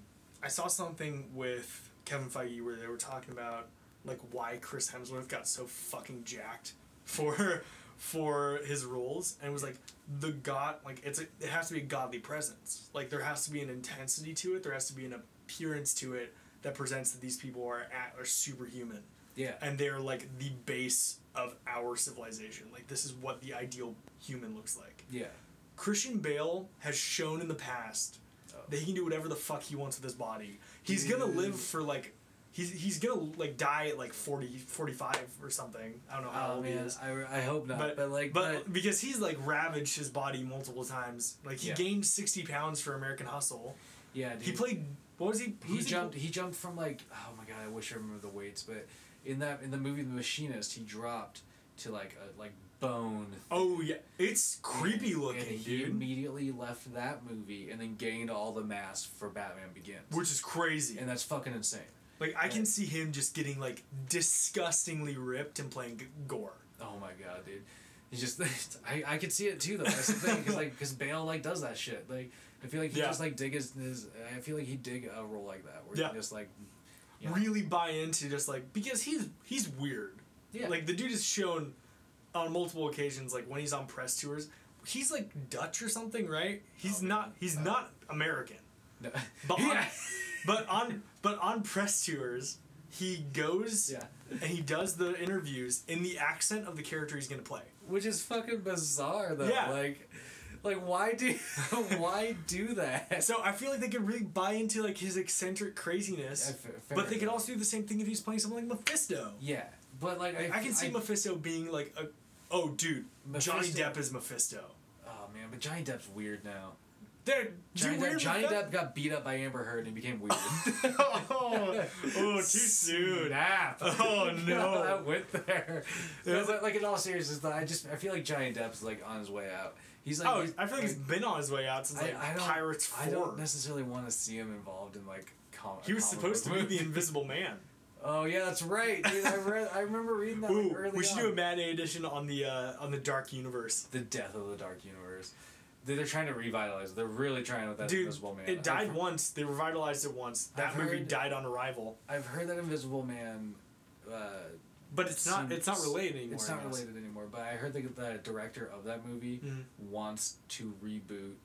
Speaker 3: I saw something with Kevin Feige where they were talking about like why Chris Hemsworth got so fucking jacked <laughs> for for his roles and it was like the god like it's a, it has to be a godly presence like there has to be an intensity to it there has to be an appearance to it that presents that these people are at are superhuman
Speaker 2: yeah.
Speaker 3: and they're like the base of our civilization like this is what the ideal human looks like
Speaker 2: yeah.
Speaker 3: Christian Bale has shown in the past
Speaker 2: Oh.
Speaker 3: that he can do whatever the fuck he wants with his body. He's gonna live for like he's he's gonna like die at like 40 45 or something. I don't know how
Speaker 2: Oh
Speaker 3: old he
Speaker 2: man,
Speaker 3: is.
Speaker 2: I, I hope not. But,
Speaker 3: But,
Speaker 2: like,
Speaker 3: but,
Speaker 2: but,
Speaker 3: because he's like ravaged his body multiple times. Like he
Speaker 2: Yeah.
Speaker 3: gained 60 pounds for American Hustle.
Speaker 2: yeah, dude.
Speaker 3: He played what was he
Speaker 2: He
Speaker 3: who's
Speaker 2: jumped. He jumped from like. Oh my god! I wish I remember the weights, but in that in the movie The Machinist, he dropped to like a like bone.
Speaker 3: Oh yeah. It's creepy
Speaker 2: And-
Speaker 3: looking,
Speaker 2: And he
Speaker 3: dude.
Speaker 2: immediately left that movie and then gained all the mass for Batman Begins,
Speaker 3: which is crazy.
Speaker 2: and that's fucking insane.
Speaker 3: like I
Speaker 2: Yeah.
Speaker 3: can see him just getting like disgustingly ripped and playing g- gore.
Speaker 2: Oh my god, dude. He's just <laughs> I, I could see it too though. That's the thing because like because Bale like does that shit. Like I feel like he
Speaker 3: Yeah.
Speaker 2: just like dig his, his I feel like he dig a role like that where
Speaker 3: Yeah.
Speaker 2: he just like <laughs> Yeah.
Speaker 3: really buy into just like because he's he's weird.
Speaker 2: yeah
Speaker 3: Like the dude is shown on multiple occasions, like when he's on press tours, he's like Dutch or something, right? He's
Speaker 2: Oh,
Speaker 3: not
Speaker 2: man.
Speaker 3: he's
Speaker 2: Uh,
Speaker 3: not American.
Speaker 2: no.
Speaker 3: But
Speaker 2: <laughs>
Speaker 3: on,
Speaker 2: yeah.
Speaker 3: but on but on press tours, he goes
Speaker 2: Yeah.
Speaker 3: and he does the interviews in the accent of the character he's gonna play.
Speaker 2: which is fucking bizarre though.
Speaker 3: Yeah.
Speaker 2: Like like why do <laughs> why do that?
Speaker 3: <laughs> So I feel like they could really buy into like his eccentric craziness.
Speaker 2: Yeah, fa- fair
Speaker 3: but they could
Speaker 2: enough.
Speaker 3: also do the same thing if he's playing something like Mephisto.
Speaker 2: yeah, but like I,
Speaker 3: I can see Mephisto being like a oh dude, Johnny
Speaker 2: Mephisto-
Speaker 3: Depp is Mephisto.
Speaker 2: Oh man, but Johnny Depp's weird now.
Speaker 3: They're
Speaker 2: Johnny,
Speaker 3: you weird
Speaker 2: Depp,
Speaker 3: with
Speaker 2: Johnny
Speaker 3: that?
Speaker 2: Depp got beat up by Amber Heard and became weird.
Speaker 3: <laughs> oh, oh, too soon.
Speaker 2: Snap.
Speaker 3: <laughs> Oh, no.
Speaker 2: I went there. But, but, like in all seriousness, though, I just I feel like Johnny Depp's like on his way out. He's like
Speaker 3: Oh, I feel like he's been on his way out since like
Speaker 2: I, I don't,
Speaker 3: Pirates
Speaker 2: I don't
Speaker 3: Four.
Speaker 2: necessarily want to see him involved in like com-
Speaker 3: He was
Speaker 2: comic
Speaker 3: supposed to
Speaker 2: book
Speaker 3: be the
Speaker 2: movie. <laughs>
Speaker 3: Invisible Man.
Speaker 2: Oh yeah, that's right. Dude, I read. I remember reading that like,
Speaker 3: Ooh,
Speaker 2: early
Speaker 3: we should
Speaker 2: on.
Speaker 3: do a Mad A edition on the uh, on the Dark Universe.
Speaker 2: the death of the Dark Universe. They- They're trying to revitalize. it. They're really trying with that
Speaker 3: Dude,
Speaker 2: Invisible Man.
Speaker 3: it
Speaker 2: I've
Speaker 3: died
Speaker 2: heard-
Speaker 3: once. They revitalized it once. That
Speaker 2: I've
Speaker 3: movie
Speaker 2: heard-
Speaker 3: died on arrival,
Speaker 2: I've heard that Invisible Man. Uh,
Speaker 3: but it's not. It's not
Speaker 2: seems-
Speaker 3: related anymore.
Speaker 2: It's
Speaker 3: I
Speaker 2: not
Speaker 3: guess.
Speaker 2: related anymore. But I heard that the director of that movie
Speaker 3: Mhm.
Speaker 2: wants to reboot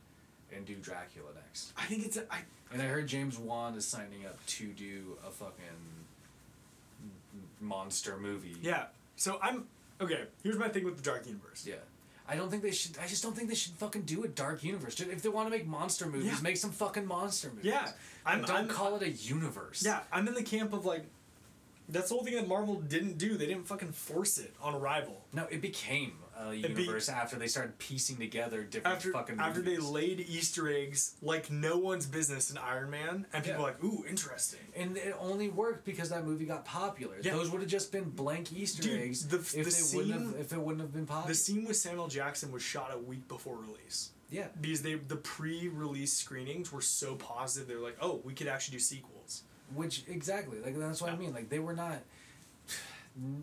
Speaker 2: and do Dracula next.
Speaker 3: I think it's. A, I,
Speaker 2: And I heard James Wan is signing up to do a fucking m- monster movie.
Speaker 3: yeah. So I'm okay. Here's my thing with the Dark Universe.
Speaker 2: Yeah. I don't think they should. I just don't think they should fucking do a dark universe. Dude, if they want to make monster movies,
Speaker 3: Yeah.
Speaker 2: make some fucking monster movies.
Speaker 3: Yeah, I'm-
Speaker 2: And don't
Speaker 3: I'm-
Speaker 2: call it a universe.
Speaker 3: Yeah, I'm in the camp of like, that's the whole thing that Marvel didn't do. They didn't fucking force it on arrival.
Speaker 2: No, it became a
Speaker 3: be-
Speaker 2: universe after they started piecing together different
Speaker 3: After
Speaker 2: fucking movies.
Speaker 3: after they laid Easter eggs like no one's business in Iron Man, and people
Speaker 2: Yeah.
Speaker 3: were like, ooh, interesting.
Speaker 2: And it only worked because that movie got popular.
Speaker 3: Yeah.
Speaker 2: Those would have just been blank Easter
Speaker 3: Dude,
Speaker 2: eggs
Speaker 3: the-
Speaker 2: if
Speaker 3: the
Speaker 2: they wouldn't have
Speaker 3: scene-
Speaker 2: if it wouldn't have been popular.
Speaker 3: The scene with Samuel Jackson was shot a week before release
Speaker 2: yeah.
Speaker 3: because they the pre-release screenings were so positive. They were like, oh, we could actually do sequels.
Speaker 2: Which exactly like that's what I
Speaker 3: Yeah.
Speaker 2: mean. Like they were not. <sighs>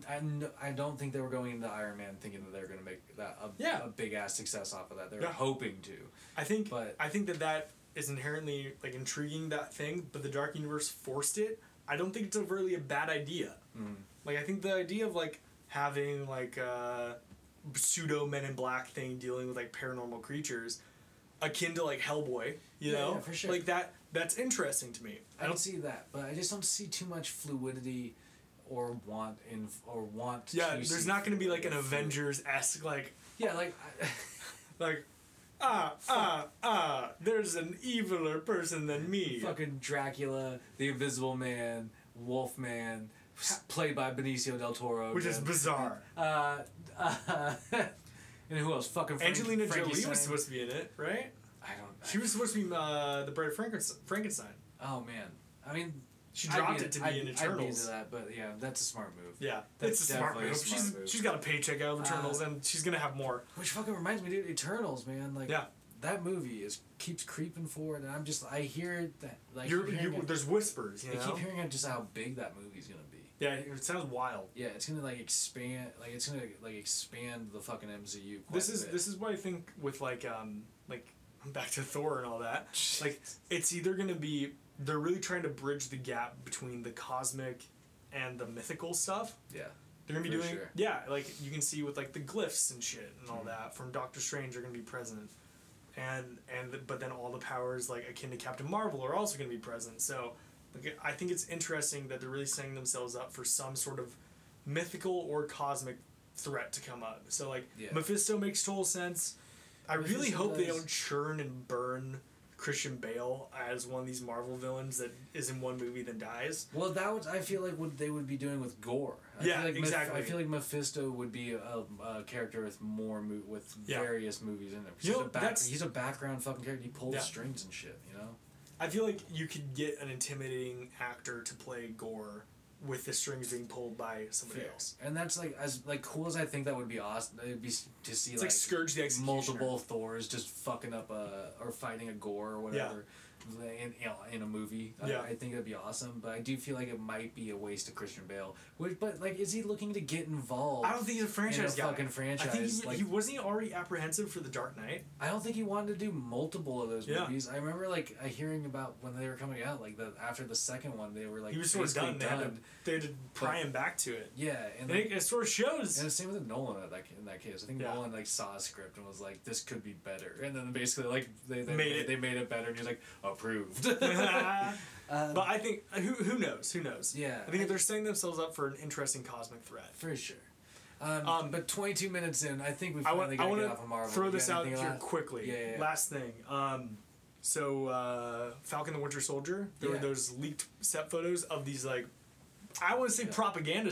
Speaker 2: I, kn- I don't think they were going into Iron Man thinking that they were going to make that a,
Speaker 3: Yeah.
Speaker 2: a big ass success off of that. They were
Speaker 3: Yeah.
Speaker 2: hoping to.
Speaker 3: I think
Speaker 2: But-
Speaker 3: I think that that is inherently like intriguing that thing, but the Dark Universe forced it. I don't think it's overtly a bad idea.
Speaker 2: Mm.
Speaker 3: Like I think the idea of like having like a pseudo Men in Black thing dealing with like paranormal creatures, akin to like Hellboy, you
Speaker 2: Yeah,
Speaker 3: know,
Speaker 2: yeah, for sure.
Speaker 3: like that. That's interesting to me.
Speaker 2: I don't see that, but I just don't see too much fluidity, or want in or want.
Speaker 3: Yeah,
Speaker 2: to
Speaker 3: there's
Speaker 2: see
Speaker 3: not going to be like an
Speaker 2: fluid-
Speaker 3: Avengers esque like
Speaker 2: Yeah, like I-
Speaker 3: like. Ah, ah, ah, there's an eviler person than me.
Speaker 2: fucking Dracula, the Invisible Man, Wolfman, s- played by Benicio del Toro,
Speaker 3: which is
Speaker 2: again.
Speaker 3: bizarre.
Speaker 2: uh, <laughs> uh, and who else? Fucking Frank,
Speaker 3: Angelina
Speaker 2: Frankie
Speaker 3: Jolie was
Speaker 2: Stein.
Speaker 3: supposed to be in it, right?
Speaker 2: I don't.
Speaker 3: She was supposed to be uh, the Bride of Frankenstein. Frankenstein.
Speaker 2: oh man. I mean,
Speaker 3: She
Speaker 2: I'd
Speaker 3: dropped
Speaker 2: be-
Speaker 3: it to
Speaker 2: I'd-
Speaker 3: be in
Speaker 2: I'd be into
Speaker 3: Eternals.
Speaker 2: that, but yeah, that's a smart move.
Speaker 3: Yeah,
Speaker 2: That's
Speaker 3: it's a smart
Speaker 2: definitely a
Speaker 3: move.
Speaker 2: smart
Speaker 3: she's
Speaker 2: move.
Speaker 3: she's got a paycheck out of
Speaker 2: Uh,
Speaker 3: Eternals, and she's gonna have more.
Speaker 2: Which fucking reminds me, dude, Eternals, man. Like,
Speaker 3: Yeah.
Speaker 2: that movie is keeps creeping forward, and I'm just I hear it that like
Speaker 3: You're,
Speaker 2: hearing
Speaker 3: you,
Speaker 2: it-
Speaker 3: there's whispers,
Speaker 2: I
Speaker 3: you know.
Speaker 2: keep hearing it just how big that movie's gonna be.
Speaker 3: Yeah, it sounds wild.
Speaker 2: Yeah, it's gonna like expand, like it's gonna like expand the fucking MCU. Quite
Speaker 3: This
Speaker 2: a
Speaker 3: is
Speaker 2: bit.
Speaker 3: this is what I think with like um like <laughs> back to Thor and all that. Like it's either gonna be they're really trying to bridge the gap between the cosmic and the mythical stuff.
Speaker 2: yeah,
Speaker 3: They're gonna be
Speaker 2: For
Speaker 3: doing
Speaker 2: sure. Mm-hmm.
Speaker 3: yeah, like you can see with like the glyphs and shit and all that from Doctor Strange are gonna be present, and and the, but then all the powers like akin to Captain Marvel are also gonna be present. So, like I think it's interesting that they're really setting themselves up for some sort of mythical or cosmic threat to come up. So like
Speaker 2: Yeah.
Speaker 3: Mephisto makes total sense. I really
Speaker 2: Mephisto
Speaker 3: hope they
Speaker 2: does.
Speaker 3: don't churn and burn Christian Bale as one of these Marvel villains that is in one movie then dies.
Speaker 2: Well, that was I feel like what they would be doing with Gore. I
Speaker 3: Yeah,
Speaker 2: feel like Meph-
Speaker 3: exactly.
Speaker 2: I feel like Mephisto would be a, a character with more mo- with
Speaker 3: Yeah.
Speaker 2: various movies in it. 'Cause
Speaker 3: You
Speaker 2: he's,
Speaker 3: know,
Speaker 2: a back-
Speaker 3: that's-
Speaker 2: he's a background fucking character. He pulls
Speaker 3: Yeah.
Speaker 2: strings and shit. You know.
Speaker 3: I feel like you could get an intimidating actor to play Gore with the strings being pulled by somebody
Speaker 2: Fair.
Speaker 3: else.
Speaker 2: And that's like as like cool as I think that would be awesome. It'd be s- to see
Speaker 3: It's
Speaker 2: like,
Speaker 3: like, Scourge the Executioner.
Speaker 2: multiple Thors just fucking up a or fighting a gore or whatever. In, you know, in a movie, I-
Speaker 3: Yeah.
Speaker 2: I, think that'd be awesome, but I do feel like it might be a waste of Christian Bale. Which, but like, is he looking to get involved?
Speaker 3: I don't think he's a franchise
Speaker 2: in a
Speaker 3: guy.
Speaker 2: fucking franchise.
Speaker 3: I think he,
Speaker 2: like,
Speaker 3: he wasn't he already apprehensive for the Dark Knight.
Speaker 2: I don't think he wanted to do multiple of those
Speaker 3: Yeah.
Speaker 2: movies. I remember like I hearing about when they were coming out, like the after the second one, they were like
Speaker 3: he was sort of
Speaker 2: basically
Speaker 3: done. They, had to, they had to pry him back to it.
Speaker 2: Yeah, and
Speaker 3: And
Speaker 2: like,
Speaker 3: it, it sort of shows.
Speaker 2: And
Speaker 3: <laughs>
Speaker 2: the same with Nolan at that, in that case. I think
Speaker 3: Yeah.
Speaker 2: Nolan like saw a script and was like, "This could be better," and then basically like they, they
Speaker 3: Made
Speaker 2: made
Speaker 3: it.
Speaker 2: they made it better, and he's like, "Approved." <laughs>
Speaker 3: but I think uh, who who knows who knows.
Speaker 2: um, Yeah.
Speaker 3: I think they're setting themselves up for an interesting cosmic threat.
Speaker 2: For sure. Um,
Speaker 3: Um,
Speaker 2: but 22 minutes in, I think we
Speaker 3: I
Speaker 2: finally
Speaker 3: want. I
Speaker 2: got to
Speaker 3: want
Speaker 2: get off of Marvel.
Speaker 3: to throw
Speaker 2: You got
Speaker 3: this out here
Speaker 2: anything left?
Speaker 3: quickly.
Speaker 2: Yeah, yeah, yeah.
Speaker 3: Last thing. Um, so uh, Falcon the Winter Soldier. There were
Speaker 2: Yeah.
Speaker 3: those leaked set photos of these like, I want to say
Speaker 2: Yeah.
Speaker 3: propaganda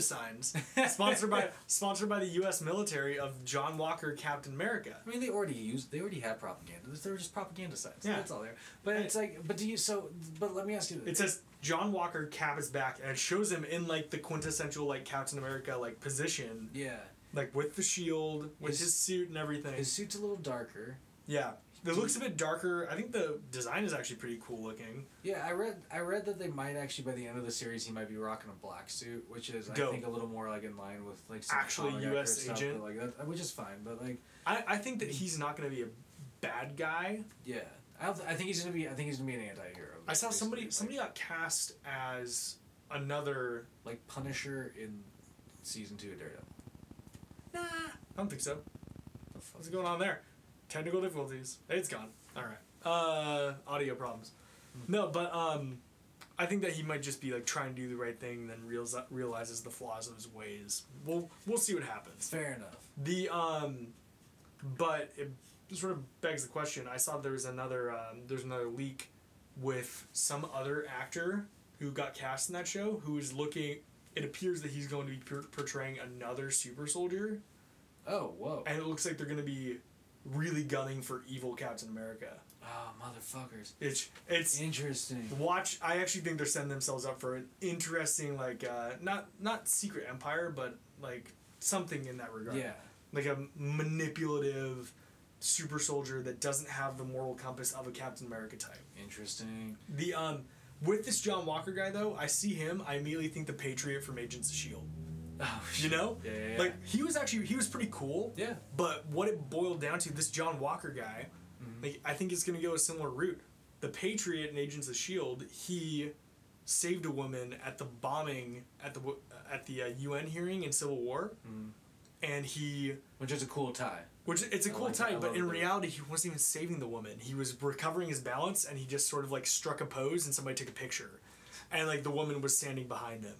Speaker 2: <laughs>
Speaker 3: signs sponsored by sponsored by the U.S. military of John Walker Captain America.
Speaker 2: I mean, they already used. They already had propaganda. They're just propaganda sites.
Speaker 3: Yeah.
Speaker 2: That's all there. But it's like, but do you? So, but let me ask you.
Speaker 3: It
Speaker 2: this.
Speaker 3: says John Walker cap is back, and it shows him in like the quintessential like Captain America like position,
Speaker 2: yeah,
Speaker 3: like with the shield, with
Speaker 2: His-
Speaker 3: his suit and everything.
Speaker 2: his suit's a little darker.
Speaker 3: yeah, it looks a bit darker. I think the design is actually pretty cool looking.
Speaker 2: Yeah, I read. I read that they might actually by the end of the series he might be rocking a black suit, which is I
Speaker 3: Dope.
Speaker 2: think a little more like in line with like some
Speaker 3: Actually
Speaker 2: comic accurate
Speaker 3: US
Speaker 2: stuff,
Speaker 3: agent.
Speaker 2: but, like that, which is fine. But like,
Speaker 3: I, I think that he's not going to be a bad guy.
Speaker 2: yeah, I don't, th- I think he's gonna be. I think he's gonna be an anti-hero.
Speaker 3: I saw
Speaker 2: basically,
Speaker 3: somebody
Speaker 2: like,
Speaker 3: somebody got cast as another.
Speaker 2: like Punisher in season two of Daredevil.
Speaker 3: Nah, I don't think so.
Speaker 2: The fuck?
Speaker 3: What's going on there? Technical difficulties. It's gone. All right. Uh, audio problems. No, but um, I think that he might just be like trying to do the right thing, then reals- realizes the flaws of his ways. We'll we'll see what happens.
Speaker 2: Fair enough.
Speaker 3: The um, but it sort of begs the question. I saw there was another um, there's another leak with some other actor who got cast in that show who is looking. It appears that he's going to be per- portraying another super soldier,
Speaker 2: Oh whoa!
Speaker 3: and it looks like they're going to be really gunning for evil Captain America.
Speaker 2: Oh motherfuckers!
Speaker 3: It's it's
Speaker 2: Interesting.
Speaker 3: watch. I actually think they're setting themselves up for an interesting like uh, not not secret empire, but like something in that regard
Speaker 2: Yeah.
Speaker 3: like a manipulative super soldier that doesn't have the moral compass of a Captain America type.
Speaker 2: Interesting.
Speaker 3: The um with this John Walker guy though, I see him, I immediately think the Patriot from Agents of Shield.
Speaker 2: Oh,
Speaker 3: E <laughs> You
Speaker 2: shit.
Speaker 3: know?
Speaker 2: Yeah, yeah, yeah.
Speaker 3: Like he was actually he was pretty cool.
Speaker 2: Yeah.
Speaker 3: But what it boiled down to, this John Walker guy,
Speaker 2: Mm-hmm.
Speaker 3: like I think it's gonna go a similar route. The Patriot in Agents of Shield, E he saved a woman at the bombing at the w- at the uh, UN hearing in Civil War,
Speaker 2: Mm-hmm.
Speaker 3: and he
Speaker 2: Which is a cool tie.
Speaker 3: which it's a
Speaker 2: I
Speaker 3: cool
Speaker 2: like it. I
Speaker 3: type,
Speaker 2: love
Speaker 3: but in
Speaker 2: it.
Speaker 3: reality, he wasn't even saving the woman. He was recovering his balance, and he just sort of like struck a pose, and somebody took a picture, and like the woman was standing behind him,